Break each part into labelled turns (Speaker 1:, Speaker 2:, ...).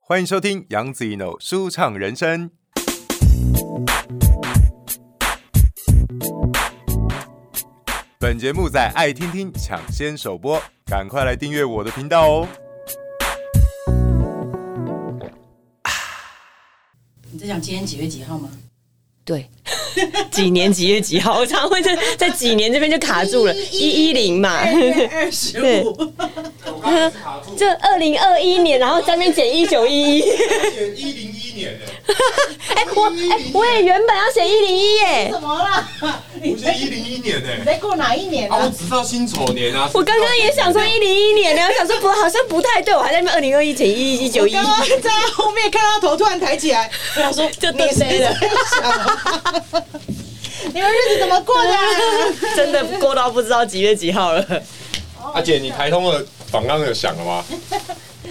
Speaker 1: 欢迎收听杨子一 n o 舒畅人生。本节目在爱听听抢先首播，赶快来订阅我的频道哦！
Speaker 2: 你在讲今天几月几号吗？
Speaker 3: 对， 几年几月几号？我常常会在在几年这边就卡住了，一一零嘛。
Speaker 2: 二十五，
Speaker 3: 这二零二一年，然后在那边减一九一一。
Speaker 4: 一零一年的，
Speaker 3: 哎，我哎、我也原本要写一零一耶，
Speaker 2: 怎么啦？你
Speaker 3: 哎
Speaker 4: 我是一零一年的，
Speaker 2: 在过哪一年
Speaker 4: 啊，我
Speaker 2: 啊？
Speaker 4: 只知道辛丑年啊。
Speaker 3: 我刚刚也想说一零一年呢，我想说不好像不太对，我还在那边二零二一减一一九
Speaker 2: 我
Speaker 3: 一。
Speaker 2: 刚刚在他后面看到头突然抬起来，我想说
Speaker 3: 这
Speaker 2: 你谁的？你们日子怎么过 的啊？
Speaker 3: 真的过到不知道几月几号了。
Speaker 4: 阿姐，你台通的访纲有想了 吗？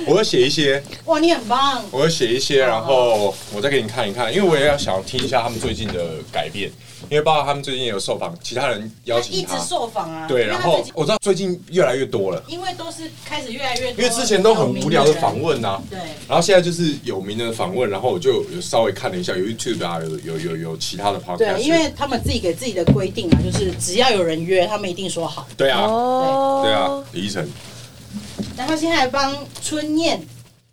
Speaker 4: 我会写一些，
Speaker 2: 哇，你很棒！
Speaker 4: 我会写一些，然后我再给你看一看，因为我也要想听一下他们最近的改变，因为包括他们最近也有受访，其他人邀
Speaker 2: 他
Speaker 4: 请
Speaker 2: 一直
Speaker 3: 哎
Speaker 4: 他，
Speaker 2: 受访啊。
Speaker 4: 对，
Speaker 2: 因为
Speaker 4: 然
Speaker 2: 他
Speaker 4: 后
Speaker 2: 最近
Speaker 4: 我知道最近越来越多了，
Speaker 2: 因为都是开始越来越多，
Speaker 4: 因为之前都很无聊的访问呐、
Speaker 2: 有名人。
Speaker 4: 然后现在就是有名的访问，然后我就有稍微看了一下，有 YouTube 啊，有有有有其他的 podcast，
Speaker 2: 对对，因为他们自己给自己的规定啊，就是只要有人约，他们一定说好。
Speaker 4: 对啊，
Speaker 3: 哦
Speaker 4: 对啊，，李依晨，
Speaker 2: 然后现在还帮春燕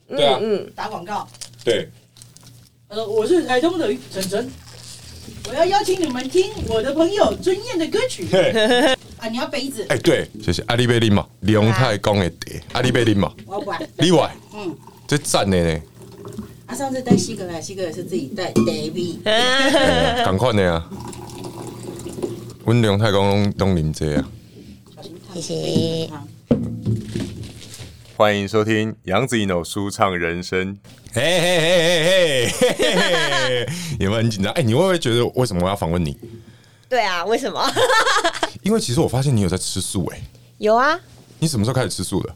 Speaker 4: 对啊，
Speaker 3: 嗯，
Speaker 2: 打广告，
Speaker 4: 对，
Speaker 2: 他说呃我是台东的晨晨，我要邀请你们听我的朋友尊燕的歌曲
Speaker 4: 对。
Speaker 2: 啊！你要杯子，
Speaker 4: 哎、对，就是阿里贝林嘛，李荣泰讲的茶，阿里贝林嘛，
Speaker 2: 我要不来。
Speaker 4: 另外，
Speaker 2: 啊嗯，
Speaker 4: 这赞的呢，
Speaker 2: 啊，上次带西格来，西格也是自己带 David，
Speaker 3: 嗯
Speaker 4: 哎呀赶快的啊！阮李荣泰讲拢拢啉这啊，
Speaker 2: 小心烫。谢谢。
Speaker 1: 欢迎收听杨子一 n o 舒畅人生。
Speaker 4: 嘿嘿嘿嘿嘿嘿嘿，有没有很紧张？哎、你会不会觉得为什么我要访问你？
Speaker 3: 对啊，为什么？
Speaker 4: 因为其实我发现你有在吃素、哎，
Speaker 3: 有啊，
Speaker 4: 你什么时候开始吃素的？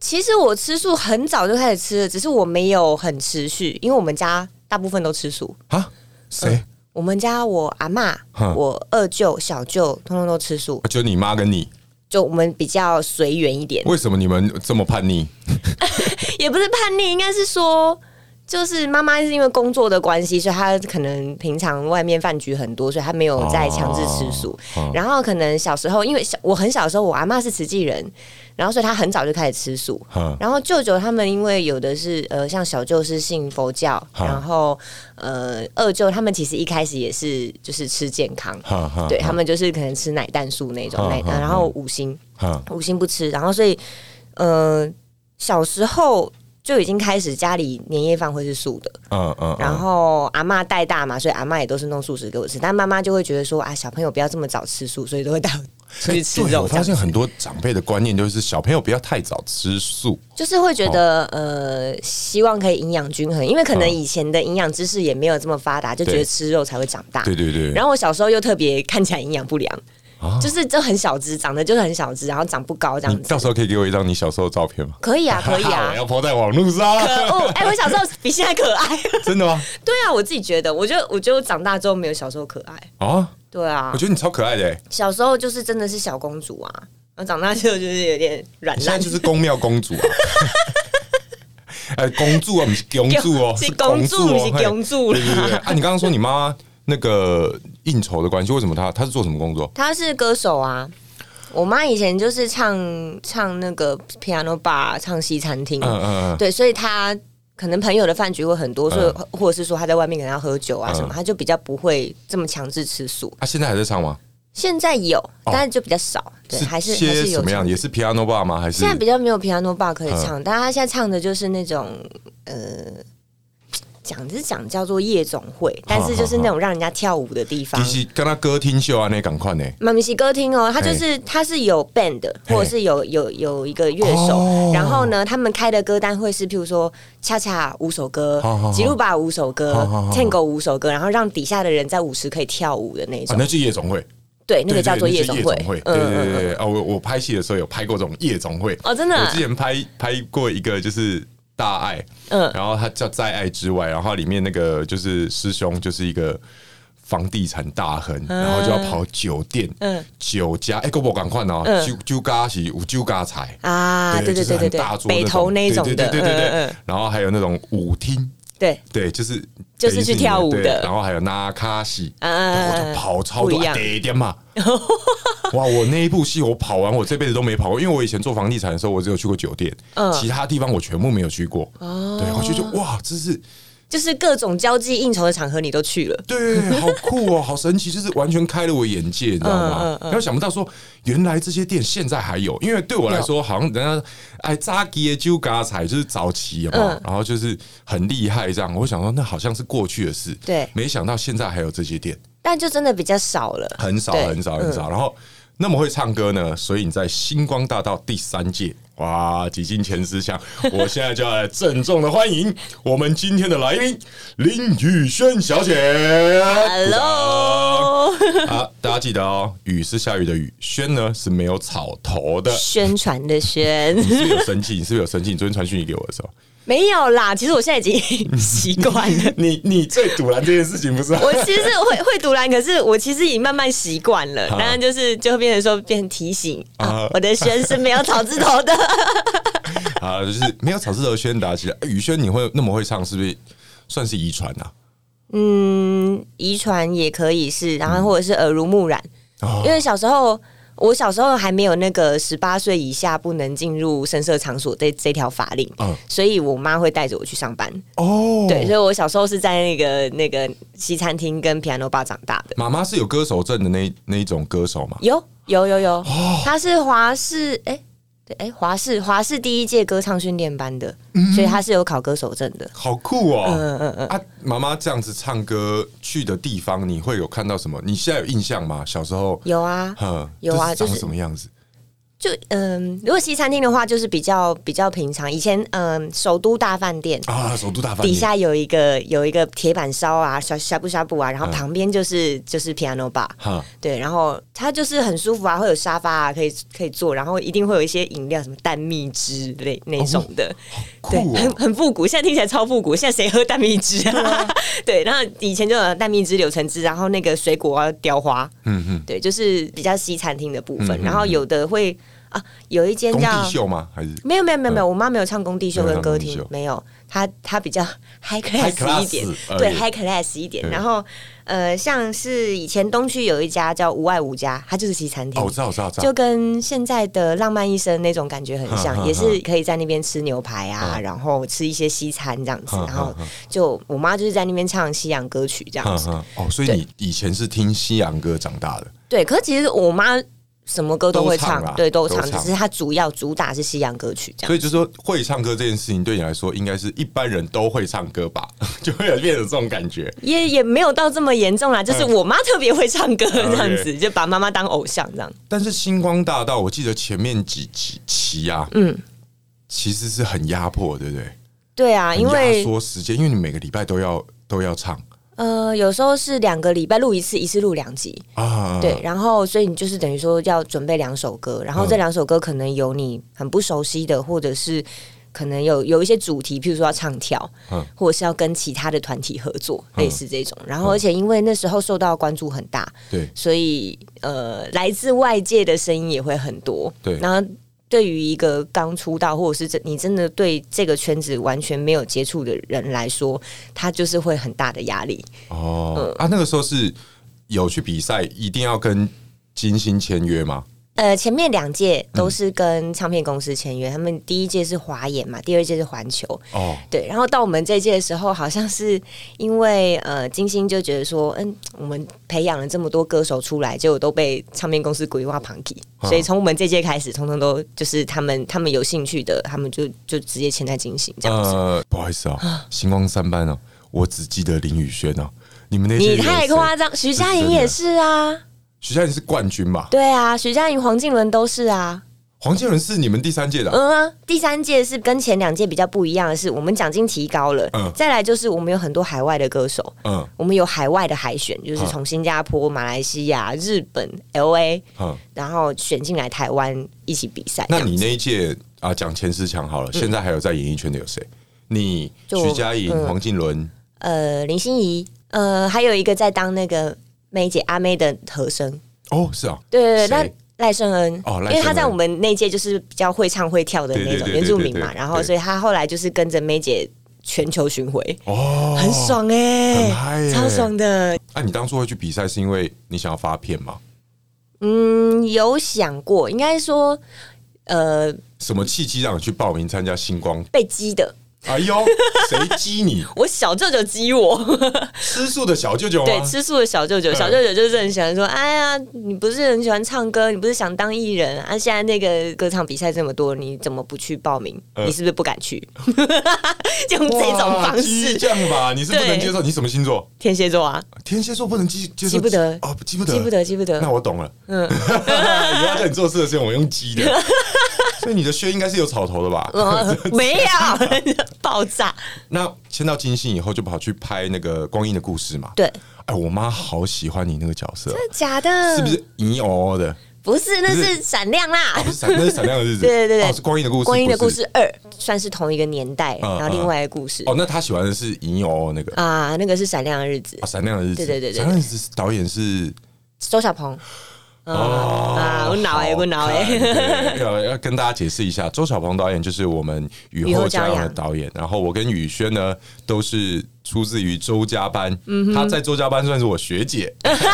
Speaker 3: 其实我吃素很早就开始吃了，只是我没有很持续，因为我们家大部分都吃素。
Speaker 4: 啊？谁？
Speaker 3: 我们家我阿妈、
Speaker 4: 哼
Speaker 3: 我二舅、小舅，通通都吃素，
Speaker 4: 就你妈跟你，
Speaker 3: 就我们比较随缘一点，
Speaker 4: 为什么你们这么叛逆？
Speaker 3: 也不是叛逆，应该是说，就是妈妈是因为工作的关系，所以她可能平常外面饭局很多，所以她没有在强制吃素。
Speaker 4: 哦
Speaker 3: 然后可能小时候，因为小我很小的时候，我阿妈是慈济人，然后所以她很早就开始吃素。
Speaker 4: 哈，
Speaker 3: 然后舅舅他们因为有的是呃，像小舅是信佛教，
Speaker 4: 哈
Speaker 3: 然后呃二舅他们其实一开始也是就是吃健康，
Speaker 4: 哈啊哈
Speaker 3: 对他们就是可能吃奶蛋素那种
Speaker 4: 哈
Speaker 3: 奶
Speaker 4: 哈
Speaker 3: 蛋，然后五星
Speaker 4: 哈，
Speaker 3: 五星不吃，然后所以呃小时候就已经开始家里年夜饭会是素的，
Speaker 4: 嗯嗯，
Speaker 3: 然后阿嬷带大嘛，所以阿嬷也都是弄素食给我吃，但妈妈就会觉得说啊小朋友不要这么早吃素，所以都会带我出去吃
Speaker 4: 哎对，
Speaker 3: 肉
Speaker 4: 我
Speaker 3: 这样
Speaker 4: 发
Speaker 3: 子
Speaker 4: 现很多长辈的观念就是小朋友不要太早吃素，
Speaker 3: 就是会觉得、呃，希望可以营养均衡，因为可能
Speaker 4: 哦
Speaker 3: 以前的营养知识也没有这么发达，就觉得
Speaker 4: 对
Speaker 3: 吃肉才会长大。
Speaker 4: 对对对，
Speaker 3: 然后我小时候又特别看起来营养不良，
Speaker 4: 啊嗯
Speaker 3: 就是就很小只，长得就是很小只，然后长不高这
Speaker 4: 你
Speaker 3: 样子
Speaker 4: 到。时候可以给我一张你小时候的照片吗？
Speaker 3: 可以 啊，可以啊
Speaker 4: 我。要抛在网络
Speaker 3: 可
Speaker 4: 上，
Speaker 3: 恶！哎、我小时候比现在可爱。
Speaker 4: 真的吗？
Speaker 3: 对啊，我自己觉得，我觉得，我觉得我长大之后没有小时候可爱。
Speaker 4: 啊，
Speaker 3: 对啊
Speaker 4: 我，觉得你超可爱的欸，
Speaker 3: 小时候就是真的是小公主啊，然后长大之后就是有点软
Speaker 4: 你现在
Speaker 3: 烂。
Speaker 4: 就是宫庙公主啊。 哎，公主啊，不是公 主哦，
Speaker 3: 是公主
Speaker 4: 哦
Speaker 3: 不是公主
Speaker 4: 嘿
Speaker 3: 啦
Speaker 4: 对对对，啊，你刚刚说你妈妈那个应酬的关系，为什么她她是做什么工作？
Speaker 3: 他是歌手啊。我妈以前就是唱唱那个 piano bar，唱西餐厅，
Speaker 4: 嗯嗯
Speaker 3: 对，所以她可能朋友的饭局会很多，所以、
Speaker 4: 嗯
Speaker 3: 或者是说她在外面可能要喝酒啊
Speaker 4: 嗯
Speaker 3: 什么，她就比较不会这么强制吃素。
Speaker 4: 啊她现在还在唱吗？
Speaker 3: 现在有，但是就比较少，对，还是还
Speaker 4: 些
Speaker 3: 是
Speaker 4: 什
Speaker 3: 有
Speaker 4: 么样？
Speaker 3: 唱。
Speaker 4: 也哦是嗯 piano bar 吗？还是
Speaker 3: 现在比较没有 piano bar 可以唱，但她现在唱的就是那种呃。讲是讲叫做夜总会，
Speaker 4: 嗯
Speaker 3: 但是就是那种让人家跳舞的地方
Speaker 4: 其。实跟她歌厅秀啊那赶快呢？
Speaker 3: 妈咪是歌厅哦，它就是它是有 band 的
Speaker 4: 嘿
Speaker 3: 或者是有有有一个乐手，
Speaker 4: 哦
Speaker 3: 然后呢，他们开的歌单会是譬如说恰恰五首歌
Speaker 4: 好好好，
Speaker 3: 吉鲁巴五首歌
Speaker 4: 好好好
Speaker 3: ，tango 五首歌，然后让底下的人在舞池可以跳舞的那
Speaker 4: 啊，
Speaker 3: 种
Speaker 4: 那。是夜总会，
Speaker 3: 对，那个叫做
Speaker 4: 对
Speaker 3: 夜
Speaker 4: 对
Speaker 3: 总
Speaker 4: 那是
Speaker 3: 会
Speaker 4: 夜总会。。对
Speaker 3: 嗯
Speaker 4: 对
Speaker 3: 嗯
Speaker 4: 对
Speaker 3: 嗯。
Speaker 4: 对，啊，我我拍戏的时候有拍过这种夜总会，
Speaker 3: 哦，真的
Speaker 4: 我
Speaker 3: 啊
Speaker 4: 之，前拍拍过一个就是大爱，
Speaker 3: 嗯
Speaker 4: 然后他叫在爱之外，然后里面那个就是师兄就是一个房地产大亨，然后就要跑酒店，
Speaker 3: 嗯
Speaker 4: 酒家，哎，够不赶快哦，
Speaker 3: 嗯
Speaker 4: 酒酒家是有酒家财
Speaker 3: 啊，对
Speaker 4: 就
Speaker 3: 对
Speaker 4: 是
Speaker 3: 对
Speaker 4: 很
Speaker 3: 对
Speaker 4: 大
Speaker 3: 对，
Speaker 4: 桌那
Speaker 3: 北投那种
Speaker 4: 对
Speaker 3: 的，
Speaker 4: 对对对对
Speaker 3: 嗯
Speaker 4: 对
Speaker 3: 嗯嗯，
Speaker 4: 然后还有那种舞厅，
Speaker 3: 对，
Speaker 4: 对，就是
Speaker 3: 就是
Speaker 4: 迪士
Speaker 3: 去
Speaker 4: 尼
Speaker 3: 跳舞
Speaker 4: 对
Speaker 3: 的
Speaker 4: 然后还有纳卡西，
Speaker 3: 嗯嗯嗯
Speaker 4: 然后我就跑超
Speaker 3: 不
Speaker 4: 多
Speaker 3: 一样
Speaker 4: 啊得一点 嘛。哇！我那一部戏我跑完，我这辈子都没跑过，因为我以前做房地产的时候，我只有去过酒店，
Speaker 3: 嗯哦
Speaker 4: 其他地方我全部没有去过。对，哦我就觉得哇，这是
Speaker 3: 就是各种交际应酬的场合你都去了，
Speaker 4: 对，好酷哦，好神奇，就是完全开了我眼界，你知道
Speaker 3: 嗯
Speaker 4: 吗？然后想不到说，原来这些店现在还有，因为对我来说，好像人家哎扎吉耶就嘎彩就是早期有没有
Speaker 3: 嗯
Speaker 4: 然后就是很厉害这样。我想说，那好像是过去的事，
Speaker 3: 对
Speaker 4: 没想到现在还有这些店，
Speaker 3: 但就真的比较少了，
Speaker 4: 很少
Speaker 3: 对嗯
Speaker 4: 很少很少。然后那么会唱歌呢，所以你在星光大道第三届。哇，挤进前十强！我现在就要来郑重的欢迎我们今天的来宾林宇轩小姐。
Speaker 3: Hello，
Speaker 4: 啊，大家记得哦，雨是下雨的雨，轩呢是没有草头的。
Speaker 3: 宣传的宣
Speaker 4: 你是不是有生气？你是不是有生气？你昨天传讯息给我的时 候，
Speaker 3: 没有啦，其实我现在已经习惯了。
Speaker 4: 你你最堵拦这件事情不是啊？
Speaker 3: 我其实会会读篮，可是我其实已经慢慢习惯了。
Speaker 4: 啊
Speaker 3: 当然就是就会变成说变成提醒 啊
Speaker 4: 啊，
Speaker 3: 我的轩是没有草字头的。
Speaker 4: 啊，就是没有草字头的轩达起来。哎雨轩你会那么会唱，是不是算是遗传啊？
Speaker 3: 嗯， 遗传也可以是，然后或者是耳濡目染，
Speaker 4: 哦
Speaker 3: 因为小时候。我小时候还没有那个十八岁以下不能进入声色场所这这条法令，
Speaker 4: 嗯
Speaker 3: 所以我妈会带着我去上班。
Speaker 4: 哦，
Speaker 3: 对，所以我小时候是在那个那个西餐厅跟皮亚诺吧长大的。
Speaker 4: 妈妈是有歌手证的那那一种歌手嘛？
Speaker 3: 有有有有，
Speaker 4: 哦
Speaker 3: 他是华视哎、对哎、华视华视第一届歌唱训练班的，
Speaker 4: 嗯
Speaker 3: 所以他是有考歌手证的。
Speaker 4: 好酷哦！
Speaker 3: 嗯嗯嗯，
Speaker 4: 啊，妈妈这样子唱歌去的地方，你会有看到什么？你现在有印象吗？小时候，
Speaker 3: 有啊，
Speaker 4: 哼，
Speaker 3: 有啊
Speaker 4: 这
Speaker 3: 就是
Speaker 4: 长
Speaker 3: 是
Speaker 4: 什么样子？
Speaker 3: 就嗯，如果西餐厅的话，就是比较比较平常。以前嗯，首都大饭店。
Speaker 4: 啊，首都大饭
Speaker 3: 底
Speaker 4: 店
Speaker 3: 下有一个有一个铁板烧啊，小呷布呷布啊，然
Speaker 4: 嗯
Speaker 3: 后旁边就是、就是 piano bar，
Speaker 4: 哈，
Speaker 3: 对，然后它就是很舒服啊，会有沙发啊，可以可以坐，然后一定会有一些饮料，什么蛋蜜汁类
Speaker 4: 哦
Speaker 3: 那种的，对，
Speaker 4: 酷
Speaker 3: 很
Speaker 4: 哦！
Speaker 3: 很复古。现在听起来超复古，现在谁喝蛋蜜汁啊？ 对，然后以前就有蛋蜜汁、柳橙汁，然后那个水果啊，雕花，
Speaker 4: 嗯嗯，
Speaker 3: 对，就是比较西餐厅的部分。
Speaker 4: 嗯嗯
Speaker 3: 然后有的会啊，有一间
Speaker 4: 工
Speaker 3: 叫
Speaker 4: 地秀吗？还是
Speaker 3: 没有没有没有没有，我妈没有唱工地秀
Speaker 4: 没有
Speaker 3: 跟
Speaker 4: 唱
Speaker 3: 歌
Speaker 4: 工地
Speaker 3: 厅
Speaker 4: 秀，
Speaker 3: 没有，她她比较
Speaker 4: High
Speaker 3: high class 一
Speaker 4: class
Speaker 3: 点，
Speaker 4: 而已
Speaker 3: 对 high class 一点。
Speaker 4: 对
Speaker 3: 然后呃，像是以前东区有一家叫无爱无家，它就是西餐厅
Speaker 4: 哦，我，知道，我知道，我知
Speaker 3: 就
Speaker 4: 道。
Speaker 3: 跟现在的浪漫医生那种感觉很
Speaker 4: 哈哈
Speaker 3: 像，
Speaker 4: 哈
Speaker 3: 也是可以在那边吃牛排啊，
Speaker 4: 哈
Speaker 3: 然后吃一些西餐这样子。
Speaker 4: 哈哈
Speaker 3: 然后
Speaker 4: 哈
Speaker 3: 就我妈就是在那边唱西洋歌曲这样
Speaker 4: 嗯
Speaker 3: 子。
Speaker 4: 嗯，哦，所以你以前是听西洋歌长大的，
Speaker 3: 对，可是其实我妈什么歌都会
Speaker 4: 都唱啦
Speaker 3: 唱，对，都
Speaker 4: 都
Speaker 3: 唱，只
Speaker 4: 唱
Speaker 3: 是她主要主打是西洋歌曲这样
Speaker 4: 所。以就是说会唱歌这件事情对你来说，应该是一般人都会唱歌吧， 就会有变成这种感觉。
Speaker 3: 也也没有到这么严
Speaker 4: 嗯
Speaker 3: 重啦，就是我妈特别会唱歌这样子，就把妈妈当偶像这样。
Speaker 4: 但是星光大道，我记得前面几几期啊，嗯，其实是很压迫，对不对？
Speaker 3: 对啊，因
Speaker 4: 很压
Speaker 3: 为
Speaker 4: 缩时间，因为你每个礼拜都要都要唱
Speaker 3: 呃，有时候是两个礼拜录一次，一次录两集，
Speaker 4: 啊，
Speaker 3: 对，，然后所以你就是等于说要准备两首歌，然后
Speaker 4: 嗯
Speaker 3: 这两首歌可能有你很不熟悉的，或者是可能有有一些主题，譬如说要唱跳，
Speaker 4: 嗯
Speaker 3: 或者是要跟其他的团体合作，类似这种。然后
Speaker 4: 嗯
Speaker 3: 而且因为那时候受到关注很大，
Speaker 4: 对
Speaker 3: 所以呃，来自外界的声音也会很多。
Speaker 4: 对
Speaker 3: 然后对于一个刚出道，或者是这你真的对这个圈子完全没有接触的人来说，他就是会很大的压力。呃
Speaker 4: 哦，啊，那个时候是有去比赛，一定要跟金星签约吗？
Speaker 3: 呃，前面两届都是跟唱片公司签约，他们第一届是华研嘛，第二届是环球，
Speaker 4: 哦，
Speaker 3: 对，然后到我们这一届的时候，好像是因为呃，金星就觉得说，嗯，我们培养了这么多歌手出来，结果都被唱片公司规划旁记，所以从我们这届开始，通通都就是他们他们有兴趣的，他们就就直接签在金星这样子。啊
Speaker 4: 呃，不好意思哦，星光三班哦，我只记得林宇轩哦，你们那些
Speaker 3: 你
Speaker 4: 人
Speaker 3: 太
Speaker 4: 有谁
Speaker 3: 夸，张，徐佳莹也是啊，
Speaker 4: 徐佳莹是冠军吧？
Speaker 3: 对啊，徐佳莹、黄靖伦都是啊。
Speaker 4: 黄建伦是你们第三届的啊，
Speaker 3: 嗯啊，第三届是跟前两届比较不一样的是，我们奖金提高了，
Speaker 4: 嗯
Speaker 3: 再来就是我们有很多海外的歌手，
Speaker 4: 嗯
Speaker 3: 我们有海外的海选，就是
Speaker 4: 嗯
Speaker 3: 从新加坡、马来西亚、日本、L A，
Speaker 4: 嗯，
Speaker 3: 然后选进来台湾一起比赛。
Speaker 4: 那你那一届啊，讲前十强好了，现在还有在演艺圈的有谁？你
Speaker 3: 嗯就
Speaker 4: 徐佳莹、
Speaker 3: 嗯
Speaker 4: 黄靖伦、
Speaker 3: 呃，林心怡、呃，还有一个在当那个梅姐阿妹的和声，
Speaker 4: 哦，是啊，
Speaker 3: 对对对，
Speaker 4: 谁
Speaker 3: 那赖圣恩
Speaker 4: 哦赖
Speaker 3: 因为他
Speaker 4: 圣
Speaker 3: 在
Speaker 4: 恩
Speaker 3: 我们那届就是比较会唱会跳的
Speaker 4: 对
Speaker 3: 那
Speaker 4: 对
Speaker 3: 种
Speaker 4: 对
Speaker 3: 原
Speaker 4: 对
Speaker 3: 住
Speaker 4: 对
Speaker 3: 民
Speaker 4: 对
Speaker 3: 嘛，
Speaker 4: 对
Speaker 3: 然后所以他后来就是跟着梅姐全球巡回，
Speaker 4: 哦，
Speaker 3: 很。爽哎、
Speaker 4: 很嗨欸耶
Speaker 3: 超爽的。
Speaker 4: 那、啊你当初会去比赛，是因为你想要发片吗？
Speaker 3: 嗯，有想过，应该说，呃，
Speaker 4: 什么契机让你去报名参加星光？
Speaker 3: 被激的。
Speaker 4: 哎呦， 谁激你？
Speaker 3: 我小舅舅激我，
Speaker 4: 吃素的小舅舅吗？
Speaker 3: 对吃素的小舅舅，
Speaker 4: 哦嗯
Speaker 3: 小舅舅就是很喜欢说：“哎呀，你不是很喜欢唱歌，你不是想当艺人啊？现在那个歌唱比赛这么多，你怎么不去报名？
Speaker 4: 嗯
Speaker 3: 你是不是不敢去？” 就用这种
Speaker 4: 哇
Speaker 3: 方
Speaker 4: 激
Speaker 3: 式，
Speaker 4: 将吧，你是不能
Speaker 3: 对
Speaker 4: 接受。你什么星座？
Speaker 3: 天蝎座啊，
Speaker 4: 天蝎座不能激接受
Speaker 3: 记不得
Speaker 4: 哦，记不得，
Speaker 3: 记不得，记不
Speaker 4: 那
Speaker 3: 得。
Speaker 4: 我懂了， 嗯，以后在你做事的时候，我用鸡的， 所以你的靴应该是有草头的吧？
Speaker 3: 嗯，没有 爆炸，
Speaker 4: 那签到金星以后，就跑去拍那个《光阴的故事》嘛。，
Speaker 3: 对，
Speaker 4: 哎，我妈好喜欢你那个角色，
Speaker 3: 假的，
Speaker 4: 是不？是咦哦哦的？
Speaker 3: 不是，那
Speaker 4: 不是
Speaker 3: 是闪亮啦
Speaker 4: 啊，不。是闪，那是闪亮的日子。
Speaker 3: 对对对
Speaker 4: 哦，是《光阴的故事》，
Speaker 3: 光阴的故
Speaker 4: 不是。
Speaker 3: 事二算是同一个年代，
Speaker 4: 嗯
Speaker 3: 然后另外一个故事
Speaker 4: 哦，那她喜欢的是咦哦哦那个
Speaker 3: 啊，那个是闪亮的日子
Speaker 4: 啊，，闪亮的日子。
Speaker 3: 对对对对对
Speaker 4: 闪亮的日子导演是
Speaker 3: 周小鹏。
Speaker 4: 哦
Speaker 3: 啊我脑欸我脑欸
Speaker 4: 好 看对要要跟大家解释一下，周小鹏导演就是我们《雨
Speaker 3: 雨
Speaker 4: 后
Speaker 3: 后
Speaker 4: 骄
Speaker 3: 骄
Speaker 4: 阳》的
Speaker 3: 阳
Speaker 4: 导演，然后我跟宇轩呢都是出自于周家班，
Speaker 3: 嗯
Speaker 4: 他在周家班算是我学姐，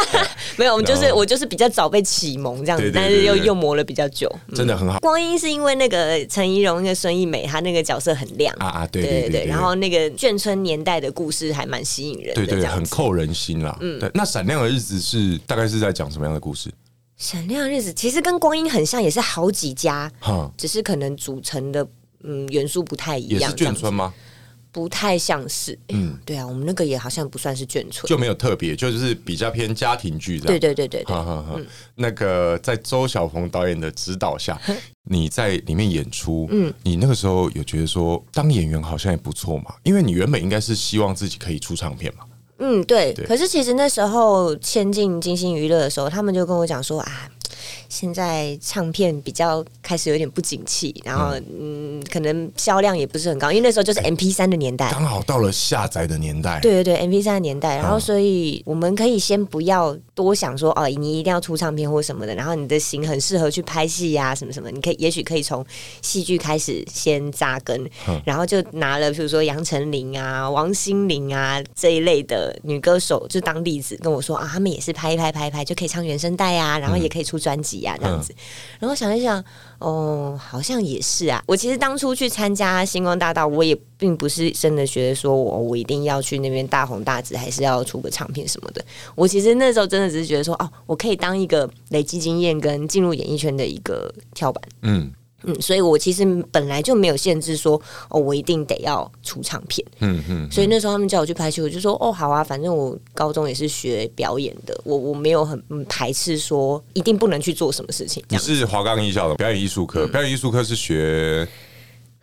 Speaker 3: 没有，我们就
Speaker 4: 然
Speaker 3: 是
Speaker 4: 后
Speaker 3: 我就是比较早被启蒙这样
Speaker 4: 哦对
Speaker 3: 子，
Speaker 4: 对
Speaker 3: 但
Speaker 4: 对
Speaker 3: 是又
Speaker 4: 对
Speaker 3: 又磨了比较久。嗯
Speaker 4: 真的很好
Speaker 3: 光阴是因为那个陈怡蓉、那个孙艺美，她那个角色很亮
Speaker 4: 啊啊，对
Speaker 3: 对
Speaker 4: 对
Speaker 3: 对
Speaker 4: 对，
Speaker 3: 然后那个眷村年代的故事还蛮吸引人
Speaker 4: 对
Speaker 3: 的，
Speaker 4: 对
Speaker 3: 这
Speaker 4: 对
Speaker 3: 样
Speaker 4: 很
Speaker 3: 子。嗯
Speaker 4: 扣人心啦。对，那《闪亮的日子》是大概是在讲什么样的故事？
Speaker 3: 闪亮的日子其实跟光阴很像，也是好几家，
Speaker 4: 哈，
Speaker 3: 只是可能组成的嗯元素不太一
Speaker 4: 也是
Speaker 3: 样，
Speaker 4: 眷
Speaker 3: 这样子
Speaker 4: 村吗？
Speaker 3: 不太像是。嗯，对啊，我们那个也好像不算是眷村。
Speaker 4: 就没有特别，就是比较偏家庭剧这样
Speaker 3: 对。嗯对对对对，
Speaker 4: 哈哈哈，那个在周小鹏导演的指导下，
Speaker 3: 嗯
Speaker 4: 你在里面演出，嗯，你那个时候有觉得说当演员好像也不错嘛？因为你原本应该是希望自己可以出唱片嘛，
Speaker 3: 嗯，对。
Speaker 4: 对
Speaker 3: 可是其实那时候签进金星娱乐的时候，他们就跟我讲说啊，现在唱片比较开始有点不景气，然后嗯可能销量也不是很高，因为那时候就是 M P 三的年代。
Speaker 4: 刚好到了下载的年代，
Speaker 3: 哎对对对，M P 三的年代，然后所以我们可以先不要多想说哦，你一定要出唱片或什么的，然后你的型很适合去拍戏呀、什么什么，你可以也许可以从戏剧开始先扎根，然后就拿了比如说杨丞琳啊、王心凌啊这一类的女歌手就当例子跟我说啊，他们也是拍一拍拍一拍就可以唱原声带啊，然后也可以出专辑啊这样子，然后想一想，哦，好像也是啊。我其实当初去参加星光大道，我也并不是真的觉得说哦我我一定要去那边大红大紫，还是要出个唱片什么的。我其实那时候真的只是觉得说，哦，我可以当一个累积经验跟进入演艺圈的一个跳板。
Speaker 4: 嗯，
Speaker 3: 嗯，所以我其实本来就没有限制说，哦，我一定得要出唱片。
Speaker 4: 嗯嗯，
Speaker 3: 所以那时候他们叫我去拍戏，我就说哦好啊，反正我高中也是学表演的，我我没有很嗯排斥说一定不能去做什么事情
Speaker 4: 你
Speaker 3: 这样。
Speaker 4: 是华冈艺校的表演艺术科，表演艺术科是学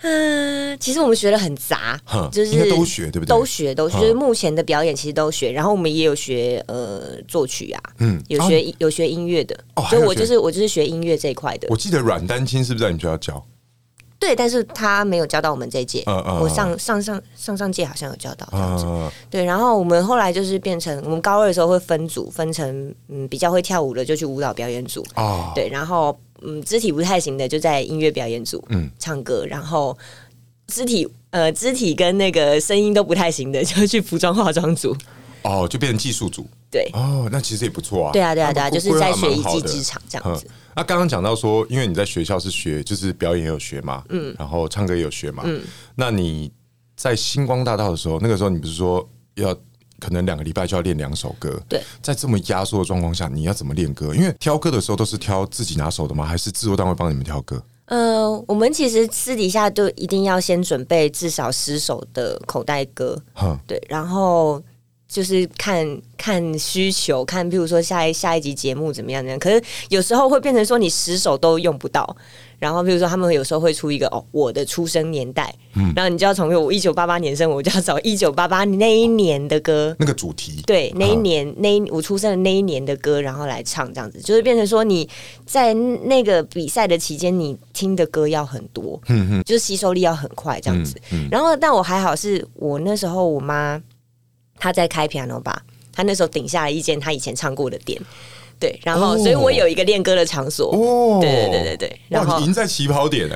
Speaker 3: 嗯，其实我们学的很杂
Speaker 4: 哼，
Speaker 3: 就
Speaker 4: 应该
Speaker 3: 是
Speaker 4: 都学对不对
Speaker 3: 都学都学，
Speaker 4: 嗯
Speaker 3: 就是目前的表演其实都学，然后我们也有学呃作曲啊，
Speaker 4: 嗯
Speaker 3: 嗯，有学、有学音乐的，
Speaker 4: 哦还
Speaker 3: 所
Speaker 4: 有
Speaker 3: 以我就
Speaker 4: 学
Speaker 3: 是我就是学音乐这一块的
Speaker 4: 我，记得阮丹青是不是在你们学校教？
Speaker 3: 对，但是他没有教到我们这一届，
Speaker 4: 嗯嗯
Speaker 3: 我
Speaker 4: 嗯
Speaker 3: 上上上上上届好像有教到这样子，
Speaker 4: 啊，
Speaker 3: 对，然后我们后来就是变成我们高二的时候会分组，分成嗯比较会跳舞的就去舞蹈表演组，
Speaker 4: 哦，
Speaker 3: 对，然后嗯，肢体不太行的就在音乐表演组，
Speaker 4: 嗯
Speaker 3: 嗯，唱歌，然后肢体呃肢体跟那个声音都不太行的，就去服装化妆组，
Speaker 4: 哦，就变成技术组，
Speaker 3: 对。
Speaker 4: 哦，那其实也不错啊。
Speaker 3: 对啊，对啊，对啊，
Speaker 4: 他们
Speaker 3: 就是在学一
Speaker 4: 规划蛮
Speaker 3: 技
Speaker 4: 好的
Speaker 3: 之长这样
Speaker 4: 嗯
Speaker 3: 子。，
Speaker 4: 那刚刚讲到说，因为你在学校是学，就是表演也有学嘛，嗯，然后唱歌也有学嘛，嗯，那你在星光大道的时候，那个时候你不是说要可能两个礼拜就要练两首歌，
Speaker 3: 对，
Speaker 4: 在这么压缩的状况下，你要怎么练歌？因为挑歌的时候都是挑自己拿手的吗？还是制作单位帮你们挑歌？
Speaker 3: 呃，我们其实私底下就一定要先准备至少十首的口袋歌，
Speaker 4: 哼，
Speaker 3: 对，然后就是看看需求，看譬如说下一下一集节目怎么样怎么样。可是有时候会变成说你十首都用不到，然后譬如说他们有时候会出一个哦我的出生年代，
Speaker 4: 嗯
Speaker 3: 然后你就要从我一九八八年生，我就要找一九八八那一年的歌。
Speaker 4: 那个主题，
Speaker 3: 对，那一
Speaker 4: 嗯
Speaker 3: 年，那一我出生的那一年的歌，然后来唱，这样子就是变成说你在那个比赛的期间，你听的歌要很多，
Speaker 4: 嗯嗯嗯
Speaker 3: 就是吸收力要很快这样子。然后，但我还好是我那时候我妈他在开 piano 吧，他那时候顶下了一间他以前唱过的店，对，然后、所以我有一个练歌的场所，
Speaker 4: 哦，
Speaker 3: 对对对对对，然
Speaker 4: 哇，
Speaker 3: 后哦
Speaker 4: 你赢在起跑点了，